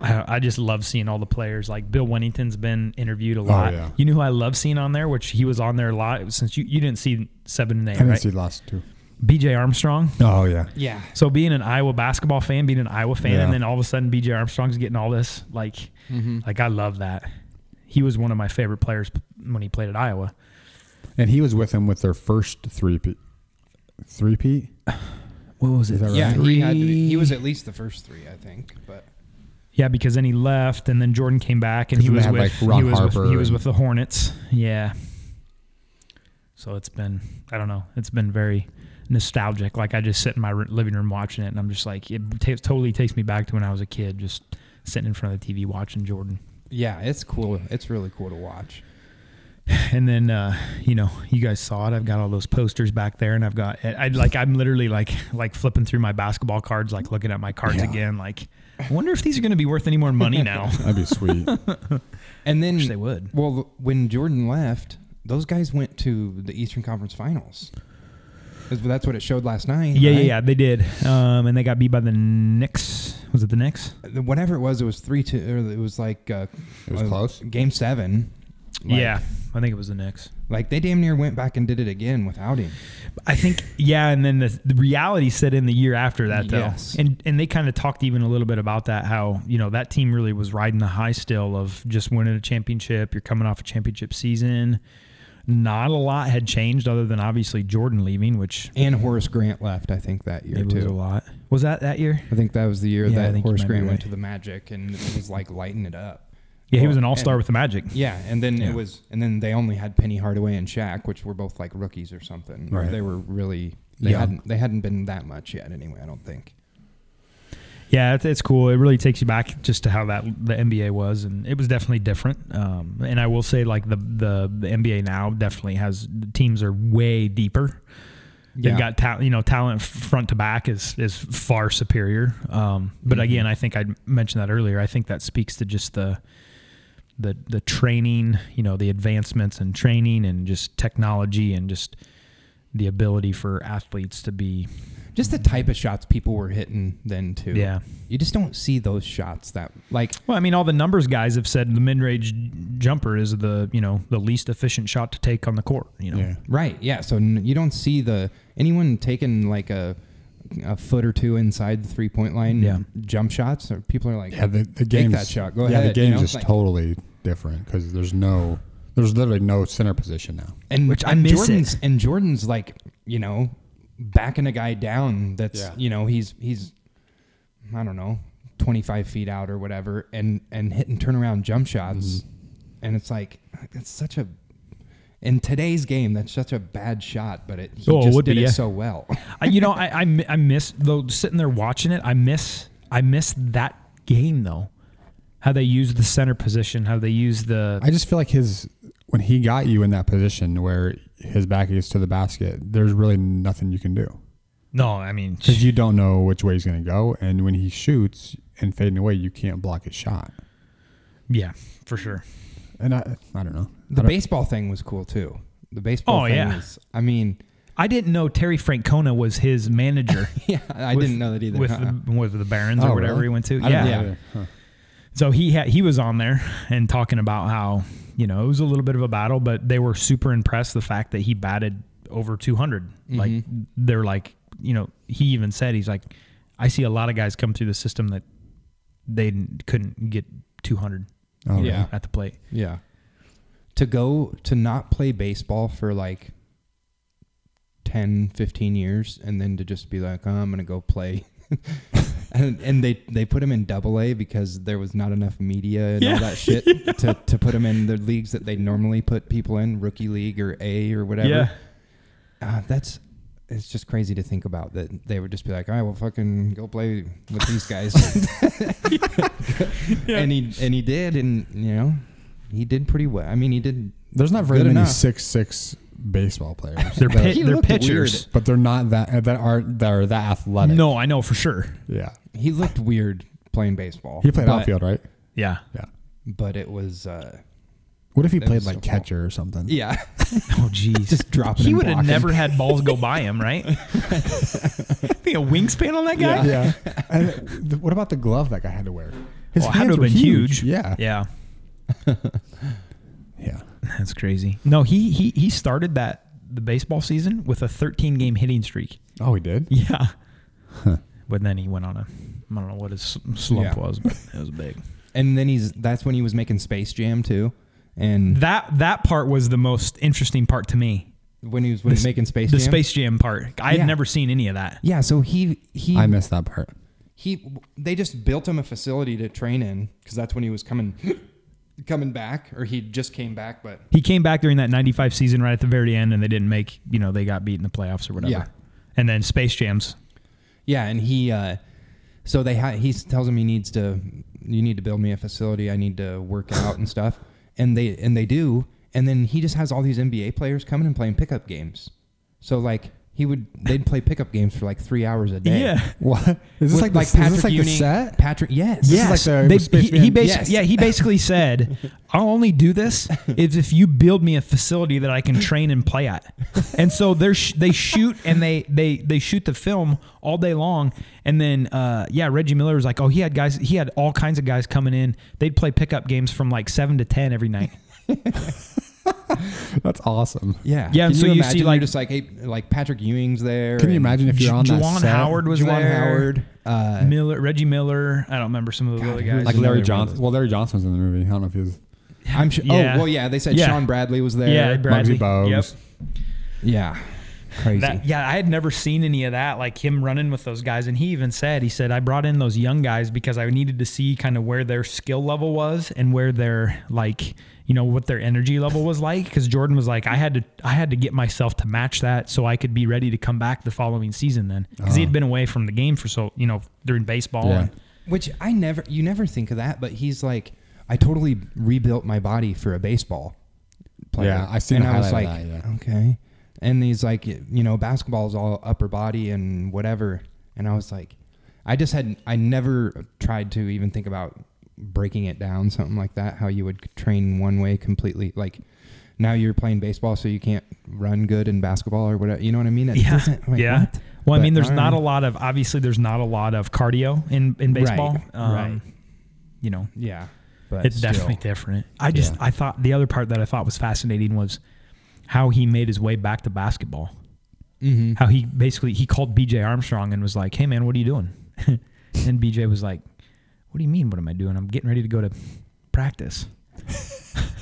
S6: I, I just love seeing all the players. Like Bill Winnington's been interviewed a lot.
S4: Oh, yeah.
S6: You know who I love seeing on there, which he was on there a lot since you, you didn't see seven and eight,
S4: I didn't
S6: right?
S4: see lost too.
S6: BJ Armstrong.
S4: Oh yeah.
S8: Yeah.
S6: So being an Iowa basketball fan, being an Iowa fan,
S4: Yeah. Mm-hmm.
S6: and then all of a sudden BJ Armstrong's getting all this, like, like I love that. He was one of my favorite players p- when he played at Iowa.
S4: And he was with him with their first three peat. Three peat.
S6: What was it?
S8: Yeah, he had to be, he was at least the first three, I think. But
S6: Yeah, because then he left, and then Jordan came back, and he was
S4: Because then they
S6: with
S4: had, like, Ron
S6: he was
S4: Harper
S6: with he was
S4: and-
S6: with the Hornets. Yeah, So it's been, I don't know, it's been very nostalgic. Like I just sit in my r- living room watching it, and I'm just like, it ta- totally takes me back to when I was a kid, just sitting in front of the TV watching Jordan.
S8: Yeah, it's cool. It's really cool to watch.
S6: And then, uh, you know, you guys saw it. I've got all those posters back there, and I've got, I like, I'm literally like, like flipping through my basketball cards, like looking at my cards again, like. I wonder if these are going to be worth any more money
S4: [laughs]
S6: now.
S4: That'd
S6: [laughs]
S4: be sweet.
S8: And then
S6: Wish they would.
S8: Well, when Jordan left, those guys went to the Eastern Conference Finals. 'Cause That's what it showed last night.
S6: Yeah, yeah,
S8: right?
S6: yeah. They did, um, and they got beat by the Knicks. Was it the Knicks?
S8: The- Whatever it was, it was three two. Or it was like uh,
S4: It was
S8: uh,
S4: close?
S8: Game seven. Like-
S6: yeah, I think it was the Knicks.
S8: like they damn near went back and did it again without him.
S6: I think yeah, and then the, the reality set in the year after that though,
S8: Yes.
S6: and and they kind of talked even a little bit about that how you know that team really was riding the high still of just winning a championship. You're coming off a championship season. Not a lot had changed other than obviously Jordan leaving, which
S8: And Horace Grant left, I think, that year
S6: it was a
S8: too.
S6: lot. Was that that year?
S8: I think that was the year
S6: Yeah, I
S8: that
S6: think you
S8: Horace
S6: might be
S8: Grant went
S6: right.
S8: to the Magic and it was like lighting it up.
S6: Yeah, he was
S8: Well,
S6: an all star
S8: and-
S6: with the Magic.
S8: Yeah, and then
S6: Yeah.
S8: it was, and then they only had Penny Hardaway and Shaq, which were both like rookies or something. Or
S6: Right.
S8: They were really they
S6: Young.
S8: hadn't they hadn't been that much yet anyway. I don't think.
S6: Yeah, it's, it's cool. It really takes you back just to how that the NBA was, and it was definitely different. Um, and I will say, like the, the the NBA now definitely has the teams are way deeper. They've
S8: Yeah.
S6: got ta- you know talent f- front to back is is far superior. Um, but again, I think I mentioned that earlier. I think that speaks to just the the the training, you know, the advancements in training and just technology and just the ability for athletes to be
S8: Just the type of shots people were hitting then too.
S6: Yeah.
S8: you just don't see those shots that like
S6: Well, I mean, all the numbers guys have said the mid-range jumper is the you know the least efficient shot to take on the court. You know,
S4: Yeah.
S8: right. Yeah, so n- you don't see the anyone taking like a a foot or two inside the three point line.
S6: Yeah.
S8: jump shots or people are like,
S4: Yeah, the, the
S8: take
S4: game's
S8: that shot. Go
S4: yeah,
S8: ahead.
S4: the
S8: you
S4: game's
S8: know,
S4: just
S8: like-
S4: totally different because there's no, there's literally no center position now.
S8: and
S6: Which I
S8: and
S6: miss it.
S8: Jordan's and Jordan's like you know backing a guy down that's
S4: Yeah.
S8: you know he's he's I don't know twenty five feet out or whatever and and hitting turnaround jump shots
S4: Mm-hmm.
S8: and it's like that's such a in today's game that's such a bad shot but it he
S6: Oh, it
S8: just
S6: would
S8: did
S6: be,
S8: it
S6: yeah.
S8: so well [laughs]
S6: I, you know, I, I mi- I miss though sitting there watching it. I miss I miss that game though. How they use the center position, how they use the
S4: I just feel like his when he got you in that position where his back is to the basket, there's really nothing you can do
S6: no. I mean,
S4: because you don't know which way he's going to go, and when he shoots and fading away, you can't block his shot.
S6: yeah, for sure.
S4: And I, I don't know. I
S8: the
S4: don't-
S8: baseball thing was cool too the baseball
S6: Oh,
S8: thing
S6: yeah.
S8: was
S6: [laughs]
S8: I mean
S6: I didn't know Terry Francona was his
S4: [laughs]
S6: manager.
S8: yeah I
S6: with-
S8: didn't know that either Uh-uh.
S6: With
S8: huh?
S6: the, with the Barons
S4: Oh,
S6: or whatever
S4: really?
S6: he went to,
S4: I didn't
S6: yeah.
S4: know that. Huh.
S6: So he had, he was on there and talking about how you know it was a little bit of a battle, but they were super impressed the fact that he batted over 200. Like
S4: Mm-hmm.
S6: they're like you know he even said he's like I see a lot of guys come through the system that they didn't- couldn't get 200
S4: Oh,
S8: Yeah.
S4: really?
S6: at the plate.
S8: Yeah. To go to not play baseball for like 10, 15 years and then to just be like, oh, I'm going to go play. [laughs] and and they, they put him in double A because there was not enough media and all that shit to, to put him in the leagues that they normally put people in, rookie league or A or whatever. Uh, that's. It's just crazy to think about that they would just be like, "All right, well, fucking go play with these guys," [laughs] and he and he did, and you know, he did pretty well. I mean, he did
S4: There's not very
S8: Good
S4: many
S8: enough.
S4: six six baseball players,
S8: [laughs]
S6: they're
S4: that-
S6: pi-
S8: He
S6: they're
S8: looked weird.
S6: pitchers.
S4: but they're not that that are that are that athletic.
S6: No, I know for sure.
S4: Yeah.
S8: He looked weird playing baseball.
S4: He played
S8: but,
S4: outfield, right?
S6: Yeah,
S4: Yeah.
S8: but it was uh,
S4: What if he played
S8: was
S4: like
S8: so cool.
S4: catcher or something?
S8: [laughs] yeah,
S6: Oh, jeez.
S8: Just dropping
S6: He
S8: and
S6: would have
S8: blocking.
S6: never had balls go by him,
S4: [laughs]
S6: right? [laughs] Think a wingspan on that [laughs] guy?
S4: yeah. And th- what about the glove that guy had to wear? His
S6: Well, Oh, had to
S4: hands
S6: have
S4: were
S6: been huge.
S4: Yeah.
S6: Yeah.
S4: Yeah.
S6: That's crazy. No, he he he started that the baseball season with a 13 game hitting streak. [laughs]
S4: Oh, he did.
S6: Yeah. But then he went on a I don't know what his slump
S8: Yeah. [laughs]
S6: was, but it was big.
S8: and then he's that's when he was making Space Jam too, and
S6: That that part was the most interesting part to me.
S8: when he was when he was making Space
S6: the
S8: Jam,
S6: Space Jam part. I
S8: Yeah.
S6: had never seen any of that.
S8: yeah. So he he
S4: I missed that part.
S8: he they just built him a facility to train in because that's when he was coming [gasps] coming back, or he just came back, but
S6: He came back during that 95 season right at the very end and they didn't make, you know, they got beat in the playoffs or whatever.
S8: Yeah.
S6: And then Space Jams.
S8: Yeah, and he uh, so they ha- he tells him he needs to you need to build me a facility. I need to work out and stuff. And they and they do. And then he just has all these NBA players coming and playing pickup games. So like he would they'd play pickup games for like three hours a day. [laughs]
S6: Yeah.
S4: What is this
S8: With,
S4: like? The, is this like the
S8: Ewing-
S4: set?
S8: Patrick, yes,
S4: Yeah.
S6: Yes.
S4: This is like the
S6: They-
S4: Space
S6: he, he
S4: Jam.
S6: basi-
S8: Yes.
S6: Yeah, he basically
S4: [laughs]
S6: said, I'll only do this is if you build me a facility that I can train and play at. And so they're sh- they shoot and they, they, they shoot the film all day long. And then, uh, yeah, Reggie Miller was like, oh, he had guys, he had all kinds of guys coming in. They'd play pickup games from like 7 to 10 every
S8: [laughs]
S6: night.
S4: That's awesome.
S8: yeah,
S6: Yeah,
S8: Can
S6: so you see,
S8: imagine? You're
S6: like-
S8: just like hey, like Patrick Ewing's there.
S4: Can you imagine if you're on that
S6: Juwan
S4: set?
S6: Howard was
S8: Juwan
S6: there.
S8: Howard? Uh,
S6: Miller, Reggie Miller. I don't remember some of the
S8: God,
S6: other
S8: who
S6: guys.
S8: was-
S4: Like
S8: Another one
S4: Larry
S8: of
S4: Johnson.
S8: those.
S4: Well, Larry Johnson's in the movie. I don't know if he was.
S8: I'm sure.
S6: Yeah.
S8: Oh well, yeah. They said
S6: Yeah.
S8: Sean Bradley was there.
S6: yeah, Bradley.
S4: Bogues.
S6: Yep.
S8: yeah, crazy.
S6: That, yeah, I had never seen any of that, like him running with those guys. And he even said, he said, I brought in those young guys because I needed to see kind of where their skill level was and where their like, you know, what their energy level was like. Because Jordan was like, I had to, I had to get myself to match that so I could be ready to come back the following season. Then because
S8: Uh-huh.
S6: he had been away from the game for so, you know, during baseball.
S4: Yeah.
S6: And,
S8: Which I never, you never think of that, but he's like, I totally rebuilt my body for a baseball player.
S4: Yeah, I've seen
S8: And
S4: the
S8: I was like,
S4: highlight of that, yeah.
S8: okay. And he's like, you know, basketball is all upper body and whatever. And I was like, I just had, I never tried to even think about breaking it down, something like that, how you would train one way completely. Like now you're playing baseball, so you can't run good in basketball or whatever. You know what I mean? It
S6: Yeah.
S8: doesn't- I'm like,
S6: yeah.
S8: what?
S6: Well, I
S8: But,
S6: mean, there's
S8: all
S6: not a
S8: right.
S6: lot of obviously there's not a lot of cardio in in baseball. Um,
S8: Right, right.
S6: You know,
S8: Yeah. But
S6: it's
S8: still.
S6: definitely different. I just I thought the other part that I thought was fascinating was how he made his way back to basketball.
S4: Mm-hmm.
S6: How he basically he called BJ Armstrong and was like, "Hey man, what are you doing?" [laughs] and BJ was like, "What do you mean? What am I doing? I'm getting ready to go to practice."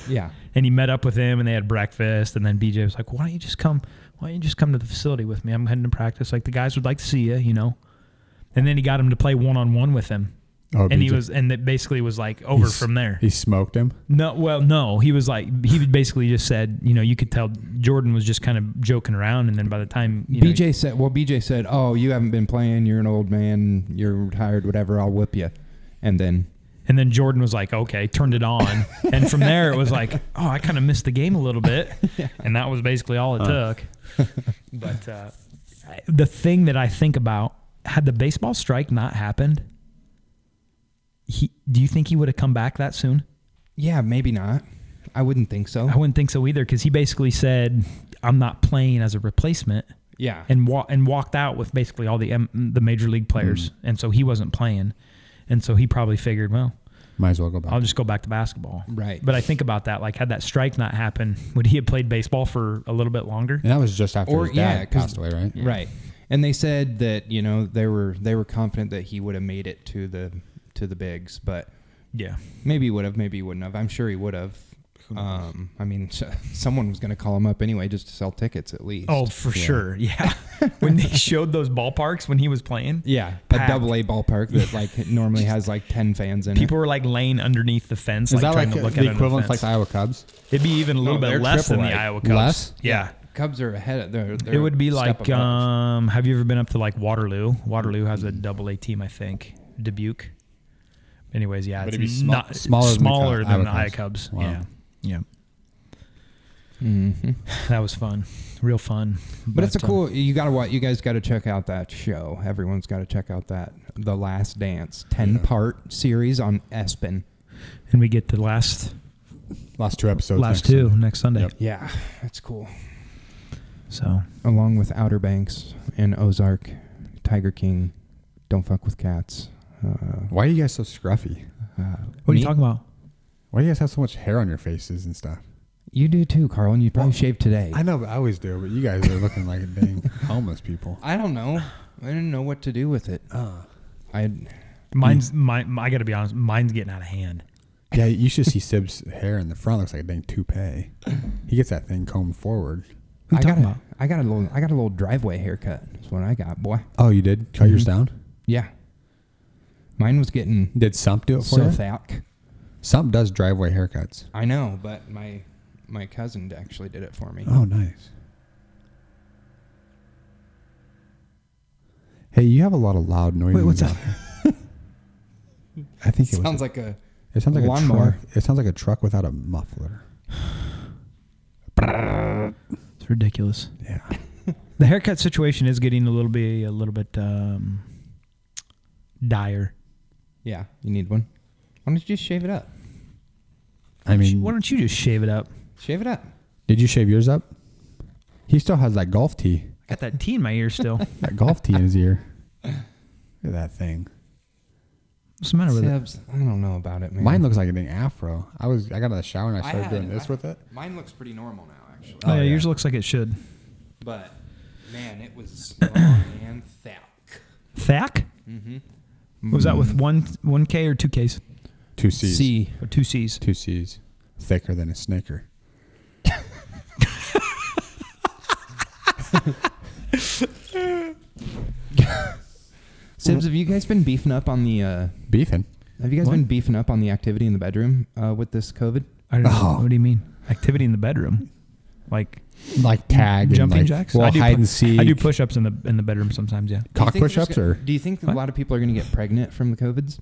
S8: Yeah.
S6: and he met up with him and they had breakfast and then bj was like why don't you just come why don't you just come to the facility with me i'm heading to practice like the guys would like to see you you know and then he got him to play one-on-one with him
S4: Oh,
S6: and he
S4: BJ.
S6: was and it basically was like over
S4: He's-
S6: from there
S4: He smoked him.
S6: no well no he was like he basically just said you know you could tell jordan was just kind of joking around and then by the time you know,
S8: BJ said, "Well, BJ said, oh, you haven't been playing. You're an old man. You're retired. Whatever. I'll whip you." And then,
S6: and then jordan was like okay turned it on and from there it was like oh i kind of missed the game a little bit and that was basically all it took But uh, I- the thing that I think about had the baseball strike not happened, he do you think he would have come back that soon?
S8: yeah, maybe not. I wouldn't think so.
S6: I wouldn't think so either because he basically said, "I'm not playing as a replacement,"
S8: yeah,
S6: and wa- and walked out with basically all the M- the major league players,
S4: Mm-hmm.
S6: and so he wasn't playing, and so he probably figured, well.
S4: Might as well go back.
S6: I'll just go back to basketball.
S8: Right.
S6: But I think about that. Like, had that strike not happen, would he have played baseball for a little bit longer?
S4: and that was just after
S8: Or-
S4: his dad
S8: yeah, 'cause-
S4: passed away, right?
S8: right. And they said that you know they were they were confident that he would have made it to the to the bigs, but
S6: Yeah.
S8: maybe he would have, maybe he wouldn't have. I'm sure he would have. Um, I mean, s- someone was going to call him up anyway just to sell tickets at least.
S6: Oh, for sure. [laughs] Yeah. when they showed those ballparks when he was playing,
S8: yeah, a
S6: packed.
S8: double A ballpark that like normally has like ten fans in it.
S6: people were like laying underneath the fence,
S4: Is
S6: like
S4: that
S6: trying
S4: like
S6: to look at
S4: the
S6: an
S4: equivalent to like
S6: offense.
S4: the Iowa Cubs?
S6: It'd be even a little
S8: No,
S6: bit
S8: they're
S6: less than the
S8: AAA.
S6: Iowa Cubs.
S4: Less?
S6: Yeah.
S8: Cubs are ahead. Of, they're, they're
S6: It would be
S8: a step
S6: like,
S8: above.
S6: um, have you ever been up to like Waterloo? Waterloo has a double A team, I think. Dubuque. Anyways, yeah,
S4: But it'd
S6: it's
S4: be sma-
S6: not
S4: smaller than the
S6: smaller
S4: Cub-
S6: than the
S4: Iowa
S6: Iowa Cubs.
S4: Cubs.
S6: Yeah. Yeah. That was fun. Real fun. uh,
S8: But, it's a cool. You gotta what you guys gotta check out that show. Everyone's gotta check out that the Last Dance ten part series on Espen.
S6: And we get the last
S4: Last two episodes.
S6: last
S4: next
S6: two
S4: Sunday.
S6: next Sunday.
S4: Yep.
S8: Yeah, that's cool.
S6: So
S8: Along with Outer Banks and Ozark, Tiger King, Don't Fuck with Cats. Uh,
S4: Why are you guys so scruffy?
S8: uh,
S6: what are
S8: me-
S6: you talking about?
S4: Why do you guys have so much hair on your faces and stuff?
S8: You do too, Carl, and you probably shaved today.
S4: I know, but I always do. But you guys are looking like [laughs] dang homeless people.
S8: I don't know. I didn't know what to do with it. Uh, I
S6: Mine's my, my- I got to be honest. Mine's getting out of hand.
S4: Yeah, you should see Sib's hair in the front. Looks like a dang toupee. He gets that thing combed forward.
S8: I got
S6: talking
S8: a,
S6: about?
S8: I got a little I got a little driveway haircut. That's what I got, boy.
S4: Oh, you did cut yours down?
S8: Yeah. Mine was getting
S4: Did Sump do it for
S8: so
S4: you?
S8: thick.
S4: Some does driveway haircuts.
S8: I know, but my my cousin actually did it for me. [laughs]
S4: Oh, nice. Hey, you have a lot of loud noises.
S6: Wait, what's
S4: out
S6: that?
S4: [laughs] there. I think it was
S8: Sounds like a
S4: it sounds like a
S8: lawnmower.
S4: truck. It sounds like a truck without a muffler.
S6: It's ridiculous.
S4: Yeah.
S6: The haircut situation is getting a little bit a little bit um, dire.
S8: yeah. You need one. Why don't you just shave it up?
S4: I mean,
S6: Why don't you just shave it up?
S8: Shave it up.
S4: did you shave yours up? He still has that golf tee.
S6: I got that tea in my ear still.
S4: That golf tee in his ear. Look at that thing.
S6: What's the matter
S8: Oh,
S6: with it?
S8: Sibs, I don't know about it, man.
S4: Mine looks like an afro. I was I got out of the shower and I
S8: I
S4: started
S8: had
S4: doing
S8: an-
S4: this
S8: I-
S4: with it.
S8: Mine looks pretty normal now, actually.
S6: Oh, yeah,
S4: yeah.
S6: yours looks like it should.
S8: But man, it was long [coughs] and thick.
S6: Thack? Mm-hmm. Was that with one one K or two Ks
S4: Two C's.
S6: or two Cs?
S4: Two C's. Thicker than a snicker.
S8: Sibs, have you guys been beefing up on the? Uh,
S4: Beefing.
S8: have you guys
S6: What?
S8: been beefing up on the activity in the bedroom uh, with this COVID?
S6: I don't know.
S4: Oh.
S6: What do you mean? Activity in the bedroom, like
S4: Like tag. and,
S6: jumping
S4: like-
S6: jacks.
S4: Well,
S6: I do
S4: hide
S6: pu-
S4: and seek.
S6: I do push-ups in the in the bedroom sometimes. Yeah.
S8: Do you
S4: Cock
S8: think there's
S4: push-ups
S8: gonna-
S4: or-
S8: Do you think
S6: What?
S8: a lot of people are going to get pregnant from the COVIDs?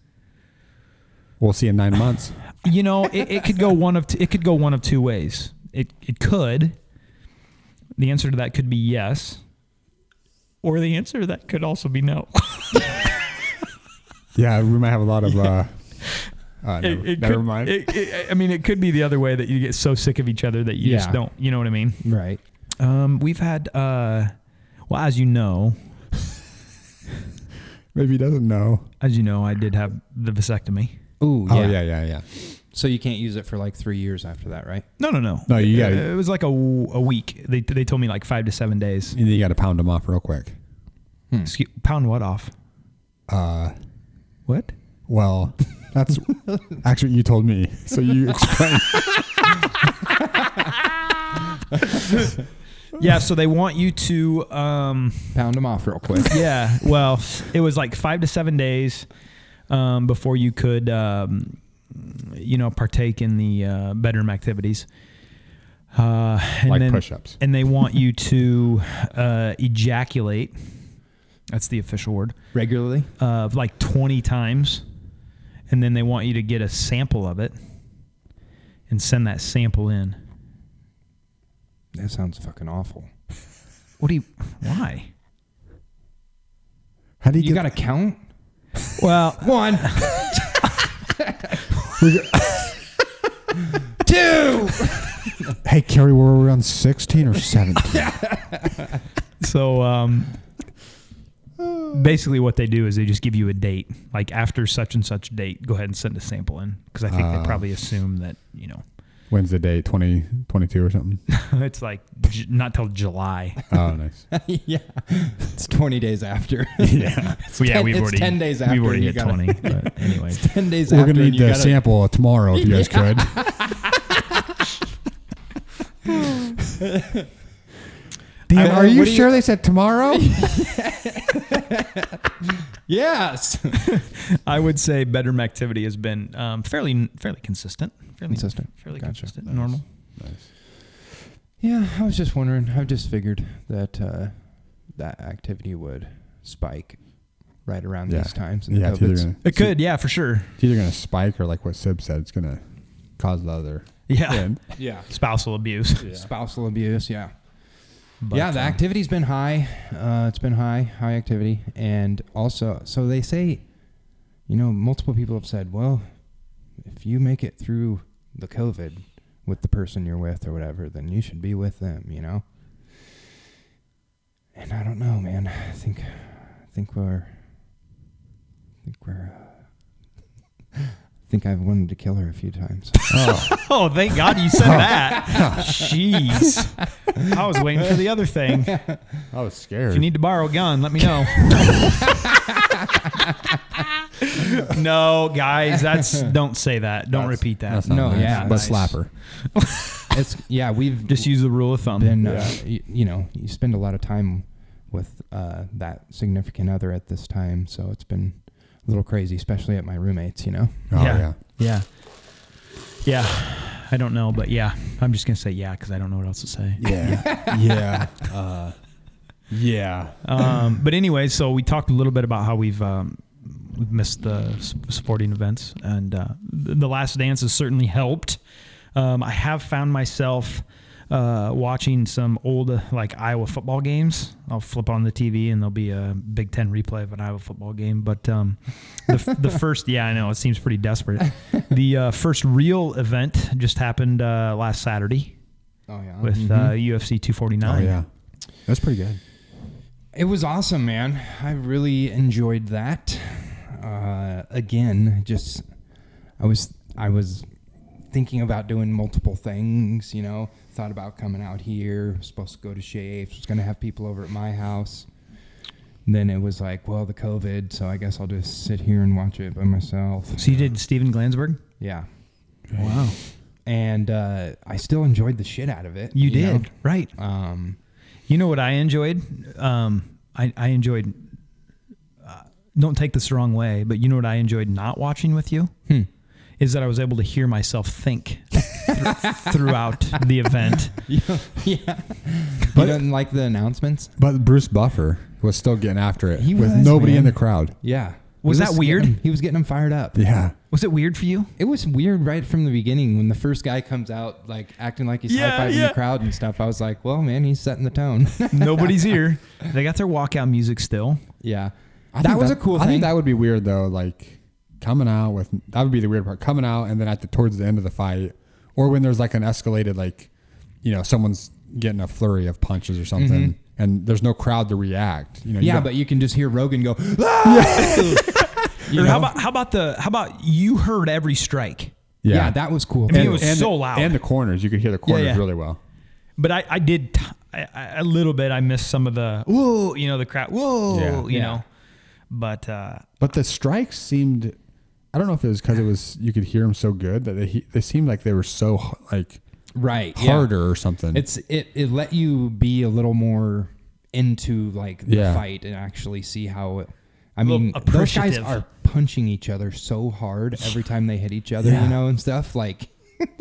S4: We'll see in nine months.
S6: You know, it, it could go one of t- it could go one of two ways. It it could. The answer to that could be yes, or the answer to that could also be no.
S4: [laughs]
S6: [laughs]
S4: yeah, we might have a lot of. Uh, uh,
S6: It-
S4: never,
S6: it
S4: never
S6: could-
S4: mind.
S6: it- it- I mean, it could be the other way that you get so sick of each other that you just
S8: Yeah.
S6: don't. You know what I mean?
S8: Right.
S6: Um, we've had, uh, well, as you know,
S4: Maybe he doesn't know.
S6: as you know, I did have the vasectomy.
S8: Ooh, yeah.
S4: Oh yeah, yeah, yeah.
S8: So you can't use it for like three years after that, right?
S6: No, no, no.
S4: No, you gotta-
S6: It, it was like a, w- a week. They, they told me like five to seven days.
S4: You got to pound them off real quick. Hmm.
S6: Excuse, pound what off?
S4: Uh,
S6: What?
S4: well, that's actually what you told me. So
S8: [laughs]
S4: you explain.
S6: Yeah. So they want you to, um,
S8: Pound them off real
S4: [laughs]
S8: quick.
S6: yeah. Well, it was like five to seven days um, before you could, um, you know, partake in the uh, bedroom activities. Uh, and
S4: Like
S6: then,
S4: push-ups.
S6: and they want you to uh, ejaculate. That's the official word.
S8: Regularly.
S6: Uh, like twenty times, and then they want you to get a sample of it and send that sample in.
S8: That sounds fucking awful.
S6: What do you? Why?
S4: How do you,
S8: You
S4: get?
S8: got to count.
S6: Well,
S8: [laughs] One. Two.
S4: hey, Kerry, were we on sixteen or
S8: [laughs]
S4: seventeen?
S6: So um, basically, what they do is they just give you a date, like after such and such date, go ahead and send a sample in, because I think they
S4: Ah.
S6: probably assume that you know [laughs]
S4: When's the date? Twenty twenty-two or something?
S6: it's like j- not till July.
S4: Oh,
S8: [laughs]
S4: nice.
S8: [laughs] yeah. It's 20
S4: [laughs]
S8: days after.
S4: yeah,
S6: So yeah,
S8: ten-
S6: we've
S8: it's
S6: already
S8: 10 days after
S6: we've already
S8: you
S6: hit
S8: gotta-
S6: twenty.
S8: [laughs]
S6: But anyway,
S8: 10 days
S4: we're
S8: after.
S4: gonna
S8: and
S4: need
S8: you
S4: the
S8: gotta-
S4: sample tomorrow if you guys could.
S8: [laughs]
S4: Dan,
S8: I-
S4: are you
S8: what do you-
S4: sure they said
S8: [laughs]
S4: tomorrow?
S8: Yes. [laughs]
S6: I would say bedroom activity has been um, fairly fairly consistent, fairly
S8: Consistent.
S6: fairly
S8: Gotcha.
S6: consistent, normal.
S8: Yeah, I was just wondering. I just figured that uh, that activity would spike right around
S4: Yeah.
S8: these times. in the
S4: yeah, it's either
S8: COVIDs.
S4: gonna,
S6: It could, yeah, for sure. [laughs]
S4: it's either gonna spike or like what Sib said, it's gonna cause the other.
S6: Yeah,
S8: [laughs]
S4: end.
S8: yeah.
S6: spousal abuse.
S8: Spousal abuse. Yeah.
S6: [laughs] But,
S8: yeah, the
S6: um,
S8: activity's been high. Uh, it's been high, high activity, and also, so they say, you know, multiple people have said, well, if you make it through the COVID with the person you're with or whatever, then you should be with them, you know. And I don't know, man. I think, I think we're, I think we're. Uh, [laughs] I think I've wanted to kill her a few times.
S6: Oh, thank God you said that. Jeez. I was waiting for the other thing. If
S4: I was scared.
S6: you need to borrow a gun, let me know. no, guys, that's don't say that. Don't repeat that.
S4: That's not
S8: No,
S4: nice,
S8: yeah,
S4: but
S8: nice.
S4: slapper.
S8: it's yeah, we've
S6: Just use the rule of thumb.
S8: been, uh, you, you know, you spend a lot of time with uh, that significant other at this time, so it's been a little crazy, especially at my roommates. You know,
S4: Oh yeah.
S6: yeah. Yeah. I don't know, but yeah, I'm just gonna say yeah because I don't know what else to say.
S4: Yeah. yeah. Oh, Uh, yeah.
S6: Um, but anyway, so we talked a little bit about how we've um, we've missed the s- sporting events, and uh, th- the Last Dance has certainly helped. Um, I have found myself uh, watching some old uh, like Iowa football games. I'll flip on the TV and there'll be a Big Ten replay of an Iowa football game. But um, the, f- the first, yeah, I know it seems pretty desperate. The uh, first real event just happened uh, last Saturday
S8: Oh yeah.
S6: with uh, UFC 249.
S4: Mm-hmm. Oh yeah. That's pretty good.
S8: It was awesome, man. I really enjoyed that. Uh, again, just I was I was thinking about doing multiple things. You know, thought about coming out here. Was supposed to go to Shapes. Was gonna have people over at my house. Then it was like, well, the COVID, so I guess I'll just sit here and watch it by myself.
S6: So you did Steven Glansberg.
S8: Yeah,
S6: Wow.
S8: and uh, I still enjoyed the shit out of it.
S6: You,
S8: know?
S6: did. Right. [laughs]
S8: Um,
S6: You know what I enjoyed? Um, I, I enjoyed, uh, don't take this the wrong way, but you know what I enjoyed not watching with you? Is that I was able to hear myself think thr- throughout the event.
S8: yeah.
S4: But-
S8: you didn't like the announcements?
S4: But Bruce Buffer was still getting after it
S8: He
S4: with
S8: was,
S4: nobody in
S8: man.
S4: the crowd.
S8: Yeah.
S6: Was
S8: He
S6: that weird?
S8: getting him- he was getting him fired up.
S4: Yeah.
S6: Was it weird for you?
S8: It was weird right from the beginning when the first guy comes out, like acting like he's
S6: Yeah,
S8: high fiving
S6: yeah.
S8: the crowd and stuff. I was like, well, man, he's setting the tone. [laughs]
S6: Nobody's here. [laughs] They got their walkout music still.
S8: yeah.
S4: I
S8: that
S4: think
S8: was a cool
S4: I
S8: thing.
S4: think that would be weird though, like coming out with that would be the weird part. Coming out and then at the towards the end of the fight, or when there's like an escalated like, you know, someone's getting a flurry of punches or something, and there's no crowd to react. You know, you
S8: yeah,
S4: don't-
S8: but you can just hear
S6: [laughs]
S8: Rogan go, "Ah!" [laughs]
S6: Or how about how about the how about you heard every strike?
S8: yeah. that was cool.
S6: mean, it
S8: too.
S6: was
S4: and
S6: so
S4: the,
S6: loud.
S4: and the corners you could hear the corners
S6: yeah.
S4: really well.
S6: But I, I did t- I- I- a little bit. I missed some of the whoa, you know, the crowd whoa,
S4: Yeah.
S6: you know. But uh,
S4: But the strikes seemed, I don't know if it was because it was you could hear them so good that they he- they seemed like they were so h- like
S8: right. yeah.
S4: harder or something.
S8: It's it, it let you be a little more into like the
S4: Yeah.
S8: fight and actually see how it I
S6: little
S8: mean those guys
S6: appreciative.
S8: are punching each other so hard every time they hit each other, you know, and stuff. Like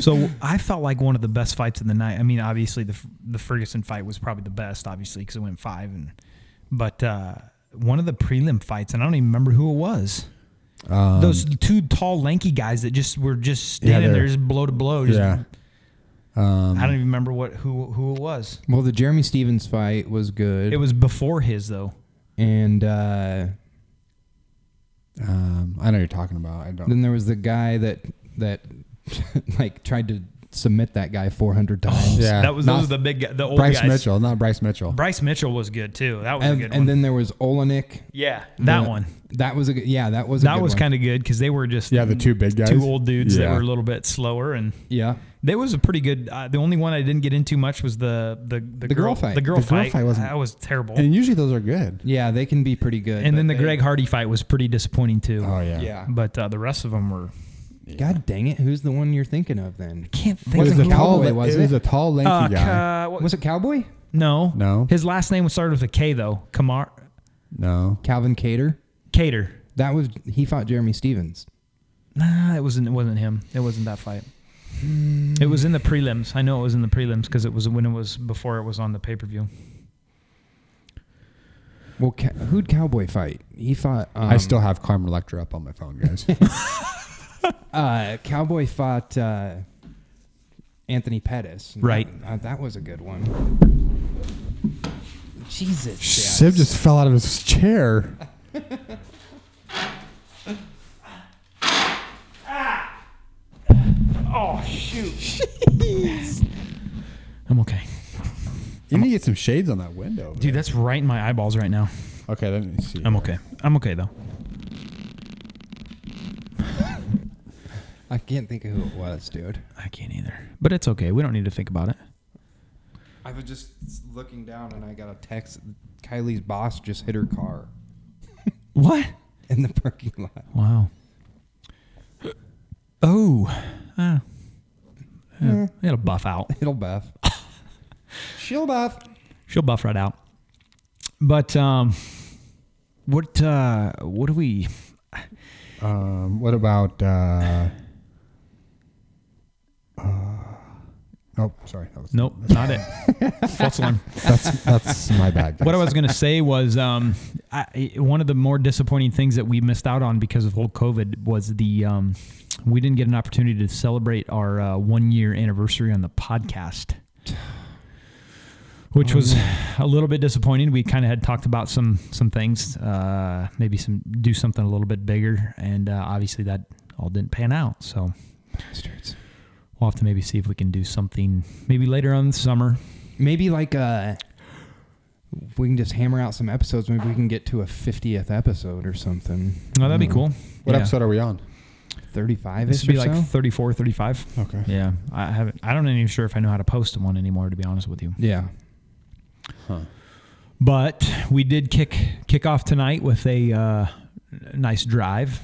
S6: So I felt like one of the best fights of the night. I mean, obviously the the Ferguson fight was probably the best, obviously because it went five, and but uh, one of the prelim fights, and I don't even remember who it was. Those two tall, lanky guys that just were just
S4: Um, Yeah,
S6: standing there,
S4: they're-
S6: just blow to blow. Just,
S4: yeah.
S6: I don't even remember what who who it was.
S8: Well, the Jeremy Stevens fight was good.
S6: It was before his though.
S8: and uh,
S4: Um, I know you're talking about. I don't.
S8: then there was the guy that that [laughs] like tried to submit that guy 400 times.
S4: Yeah.
S6: Oh, that was
S4: Not
S6: those were the big guy- the old
S4: Bryce
S6: guys.
S4: Mitchell, not Bryce Mitchell.
S6: Bryce Mitchell was good too. That was a
S8: And,
S6: good
S8: and
S6: one.
S8: then there was Olenek.
S6: yeah, that
S8: The-
S6: one.
S8: That was a good, yeah, that was a
S6: That was kind of good because they were just
S4: Yeah, the two big guys.
S6: two old dudes that
S4: Yeah.
S6: were a little bit slower and
S8: Yeah.
S6: There was a pretty good. Uh, the only one I didn't get into much was the the the,
S8: The girl fight.
S6: The girl
S4: The girl
S6: fight,
S4: fight wasn't-
S6: that was terrible. And,
S4: And usually those are good.
S8: Yeah, they can be pretty good. but
S6: then the
S8: they-
S6: Greg Hardy fight was pretty disappointing too.
S4: Oh yeah.
S8: Yeah.
S6: But uh, the rest of them were.
S8: God dang it, who's the one you're thinking of then?
S6: Can't
S4: It
S6: think
S4: was,
S8: Wasn't
S4: a
S8: he
S4: tall,
S8: Cowboy,
S4: it
S8: was
S4: was
S8: it?
S4: a tall, lanky
S6: Uh,
S4: guy.
S6: Ka- what-
S8: Was it Cowboy?
S6: no,
S4: No.
S6: His last name was started with a K though. Kamar
S4: No,
S8: Calvin Cater?
S6: Cater.
S8: That was he fought Jeremy Stevens.
S6: Nah, it wasn't. It wasn't him. It wasn't that fight. It was in the prelims. I know it was in the prelims because it was when it was before it was on the pay per view.
S8: Well, Ca- who'd Cowboy fight? He fought um,
S4: I still have Carmen Electra up on my phone, guys.
S8: uh, Cowboy fought uh, Anthony Pettis. And
S6: Right.
S8: That, uh, that was a good one. Jesus.
S4: Sib just fell out of his chair.
S6: I'm okay,
S4: You need to get some shades on that window,
S6: dude. That's right in my eyeballs right now.
S4: Okay, let me see.
S6: I'm okay. I'm okay though.
S8: I can't think of who it was, dude.
S6: I can't either. But it's okay. We don't need to think about it.
S8: I was just looking down and I got a text. Kylie's boss just hit her car
S6: What?
S8: in the parking lot.
S6: Wow. [gasps] Oh. Uh, yeah, It'll buff out.
S8: It'll [laughs] buff. She'll buff.
S6: She'll buff right out. But um, what uh, what do we?
S4: Um, what about uh, Oh, sorry. That was,
S6: Nope, not [laughs] it. False alarm.
S4: [laughs] That's that's my bad. Guys.
S6: What I was going to say was um, I, one of the more disappointing things that we missed out on because of whole COVID was the um, we didn't get an opportunity to celebrate our uh, one year anniversary on the podcast, which was a little bit disappointing. We kind of had talked about some some things, uh, maybe some do something a little bit bigger, and uh, obviously that all didn't pan out. So
S8: Bastards.
S6: we'll have to maybe see if we can do something maybe later on in the summer.
S8: Maybe like uh if we can just hammer out some episodes. Maybe we can get to a 50th episode or something.
S6: Oh, that'd be cool.
S4: Mm. What
S6: Yeah.
S4: episode are we on?
S8: 35
S6: This
S8: ish
S6: would be
S8: or
S6: like
S8: so?
S6: 34, 35.
S4: Okay.
S6: Yeah, I haven't. I don't even sure if I know how to post one anymore, to be honest with you.
S8: yeah.
S6: But we did kick kick off tonight with a uh, nice drive.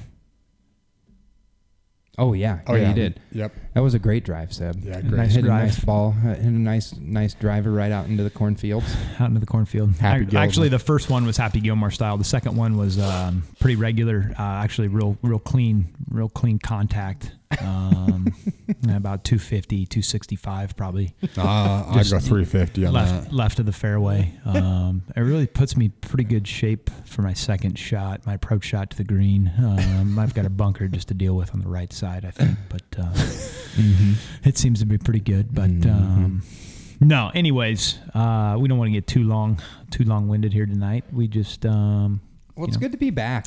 S8: Oh yeah.
S4: Oh,
S8: yeah,
S4: yeah.
S8: you did.
S4: Yep.
S8: That was a great drive, Seb.
S4: Yeah.
S6: Nice
S4: Great.
S8: Hit a nice
S6: drive.
S8: ball. Hit a nice, nice driver right out into the cornfields.
S6: out into the cornfield.
S4: Happy
S6: Ac-
S4: Gilmore.
S6: Actually, the first one was Happy Gilmore style. The second one was um, pretty regular. Uh, actually, real, real clean, real clean contact. Um, [laughs] about 250, 265 probably.
S4: [laughs] Uh, I
S6: Just
S4: go 350
S8: Uh,
S4: on
S6: left
S4: that.
S6: left of the
S8: [laughs]
S6: fairway. Um, it really puts me in pretty good shape for my second shot, my approach shot to the green. Um, I've got a bunker just to deal with on the right side, I think, but uh,
S4: Mm-hmm.
S6: it seems to be pretty good. But
S8: Mm-hmm.
S6: um, no, anyways, uh, we don't want to get too long too long winded here tonight. We just um,
S8: Well,
S6: you
S8: it's
S6: know,
S8: good to be back.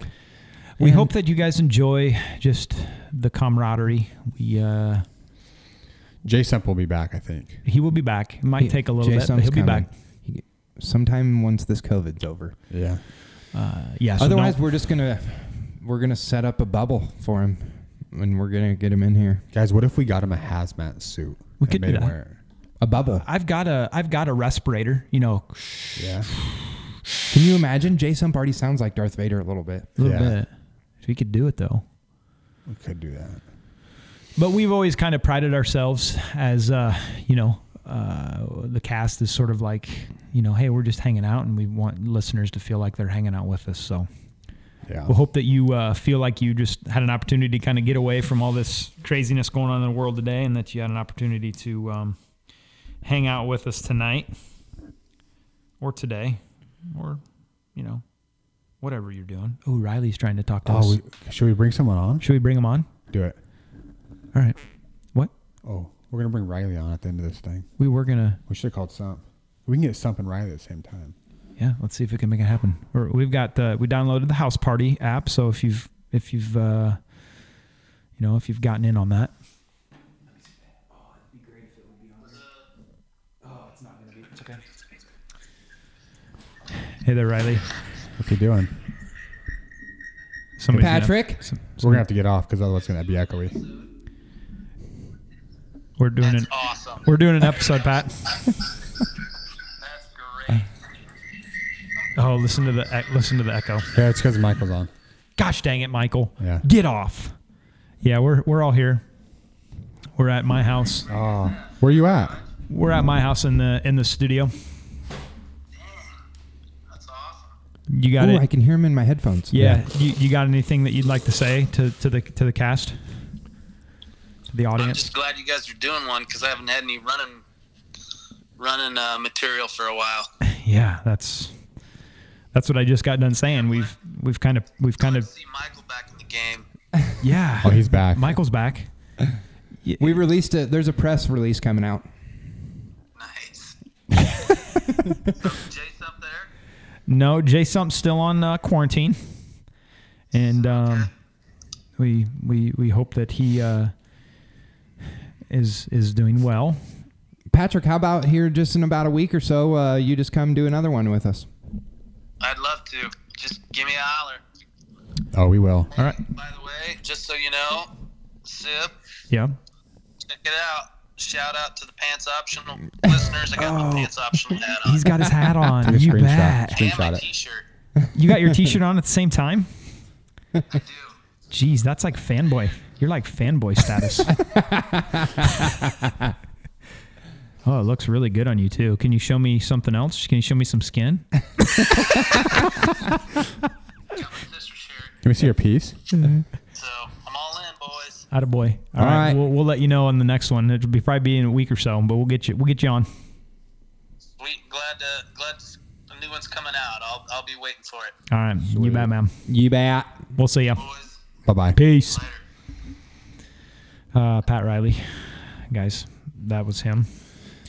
S6: we
S8: And-
S6: hope that you guys enjoy just the camaraderie. We uh,
S4: Jay Semp will be back, I think.
S6: he will be back. It might
S8: Yeah,
S6: take a little bit, but
S8: Jason's
S6: he'll be
S8: coming.
S6: back.
S8: He- Sometime once this COVID's over.
S4: Yeah.
S6: Uh, yeah. So
S8: Otherwise,
S6: don't-
S8: we're just gonna we're gonna set up a bubble for him, and we're gonna get him in here.
S4: Guys, what if we got him a hazmat suit?
S6: We
S4: and
S6: could do
S4: made him
S6: that.
S4: wear
S8: A bubble.
S6: I've got a I've got a respirator, you know,
S4: it? Yeah.
S8: Can you imagine? Jay Sump already sounds like Darth Vader a little bit.
S6: a little
S4: Yeah.
S6: bit. If we could do it though.
S4: We could do that.
S6: But we've always kind of prided ourselves as uh, you know, uh, the cast is sort of like, you know, hey, we're just hanging out and we want listeners to feel like they're hanging out with us. So
S4: Yeah.
S6: we hope that you uh, feel like you just had an opportunity to kind of get away from all this craziness going on in the world today and that you had an opportunity to um, hang out with us tonight or today or, you know, whatever you're doing. Oh, Riley's trying to talk to us.
S4: oh, we, should we bring someone on?
S6: Should we bring him on?
S4: Do it.
S6: All right. What?
S4: Oh, we're gonna bring Riley on at the end of this thing.
S6: We were gonna.
S4: We should have called Sump. We can get Sump and Riley at the same time.
S6: Yeah. Let's see if we can make it happen. Or we've got the we downloaded the house party app. So if you've if you've uh, you know if you've gotten in on that. Hey there, Riley.
S4: What's he doing?
S6: Somebody's gonna-
S8: Patrick,
S4: We're gonna have to get off because otherwise it's gonna be echoey.
S6: we're doing an
S9: Awesome.
S6: we're doing an episode,
S9: [laughs]
S6: Pat.
S9: That's great.
S6: Oh, listen to the ec- listen to the echo.
S4: Yeah, it's because Michael's on.
S6: Gosh dang it, Michael.
S4: Yeah.
S6: Get off. Yeah, we're we're all here. We're at my house.
S4: Oh, where you at?
S6: We're at my house in the in the studio.
S9: That's awesome.
S6: You got
S8: Ooh,
S6: it.
S8: I can hear him in my headphones.
S6: yeah. You, you got anything that you'd like to say to, to the to the cast, to the
S9: I'm
S6: audience?
S9: just glad you guys are doing one because I haven't had any running running uh, material for a while.
S6: Yeah, that's that's what I just got done saying. We've we've kind of we've kind
S9: Good to
S6: of
S9: see Michael back in the game.
S6: yeah.
S4: Oh, he's back.
S6: Michael's back.
S8: we released it. There's a press release coming out.
S5: [laughs]
S9: Nice. so, Jace up there.
S6: No, Jay Sump's still on uh, quarantine, and um, we we we hope that he uh, is is doing well.
S8: Patrick, how about here just in about a week or so? Uh, you just come do another one with us.
S9: I'd love to. Just give me a holler.
S4: Oh, we will.
S6: All right.
S9: By the way, just so you know, Sip,
S6: Yeah.
S9: check it out. Shout out to the pants optional listeners. I got
S5: Oh.
S9: my pants optional hat on.
S6: He's got his hat on. [laughs]
S4: Take a
S6: you
S4: screenshot.
S6: bet.
S9: and
S4: Screenshot
S9: my
S4: it.
S9: t-shirt.
S6: You got your T-shirt on at the same time.
S9: I do.
S6: Jeez, that's like fanboy. You're like fanboy [laughs] status. oh, it looks really good on you too. Can you show me something else? Can you show me some skin?
S9: Got my sister shirt.
S4: Can we see your piece?
S9: So I'm all in, boys.
S6: Out of boy. All
S8: All
S6: right.
S8: right.
S6: We'll, we'll let you know on the next one. It'll be probably be in a week or so, but we'll get you. We'll get you on.
S9: Sweet. Glad to, glad the new one's coming out. I'll, I'll be waiting for it.
S6: All right. You bet, man.
S8: You bet.
S6: We'll see you.
S9: Boys,
S4: Bye bye.
S6: Peace.
S9: later.
S6: Uh, Pat Riley, guys, that was him.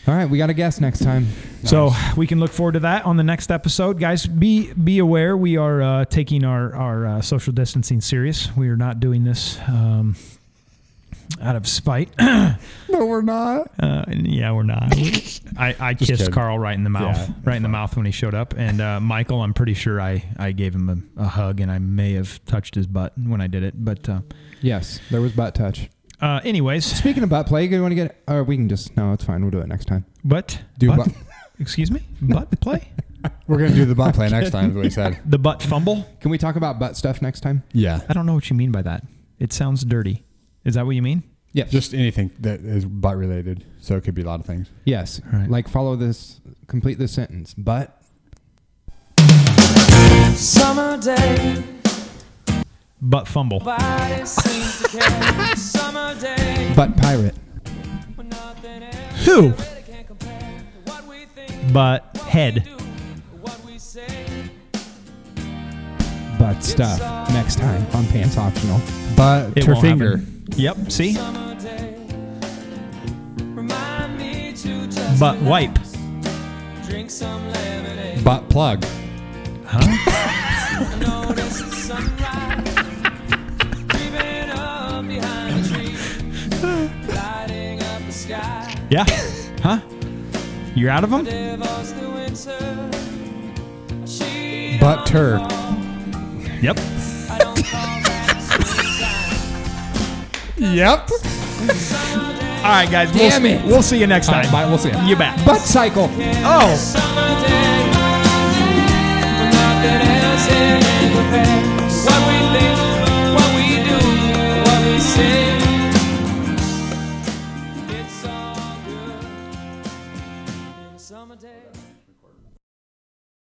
S8: All right, we got a guest next time.
S6: So we can look forward to that on the next episode, guys. Be be aware we are uh, taking our our uh, social distancing serious. We are not doing this um, out of spite. [coughs]
S4: No, we're not.
S6: Uh, and yeah, we're not. [laughs] I, I kissed
S4: kidding.
S6: Carl right in the mouth,
S4: Yeah,
S6: right in the mouth when he showed up. And uh, Michael, I'm pretty sure I, I gave him a, a hug, and I may have touched his butt when I did it. But uh,
S8: Yes, there was butt touch.
S6: uh, anyways,
S8: Speaking of butt play, you want to get? Or we can just no, it's fine. We'll do it next time.
S6: but
S4: Do
S6: butt,
S4: butt-
S6: [laughs] excuse me, butt play,
S4: We're gonna do the butt play next time. Is what
S6: [laughs]
S4: he said.
S6: the butt fumble.
S8: Can we talk about butt stuff next time?
S4: Yeah.
S6: I don't know what you mean by that. It sounds dirty. Is that what you mean?
S8: Yes.
S4: Just anything that is butt related. So it could be a lot of things.
S8: yes.
S6: right.
S8: Like follow this. Complete this sentence. But
S7: Summer day,
S6: Butt fumble.
S7: body seems to care. Summer day,
S8: butt pirate.
S7: when nothing else
S6: Who?
S7: really can compare to what we think,
S6: Butt
S7: what
S6: head.
S7: we do, what we say.
S8: Butt stuff next time on Pants Optional.
S4: But
S6: It
S4: her
S6: won't
S4: finger.
S6: happen. Yep. See,
S7: Summer day, remind me to just
S6: butt
S7: relax.
S6: wipe.
S7: Drink some lemonade.
S4: Butt plug.
S7: Notice the sunrise creeping up behind the trees, lighting up the sky.
S6: Yeah. Huh? You're out of them.
S7: Divorce the winter. A sheet
S4: Butt
S7: on the
S4: turd.
S7: wall.
S6: Yep.
S7: I don't call that
S4: Yep.
S6: All right, guys. We'll,
S8: Damn it.
S6: We'll see you next time.
S4: bye. We'll see ya.
S6: You bet.
S8: Butt cycle.
S6: Oh.
S7: Summer day. When nothing else can compare. What we think, what we do, what we say. It's all good in the summer day.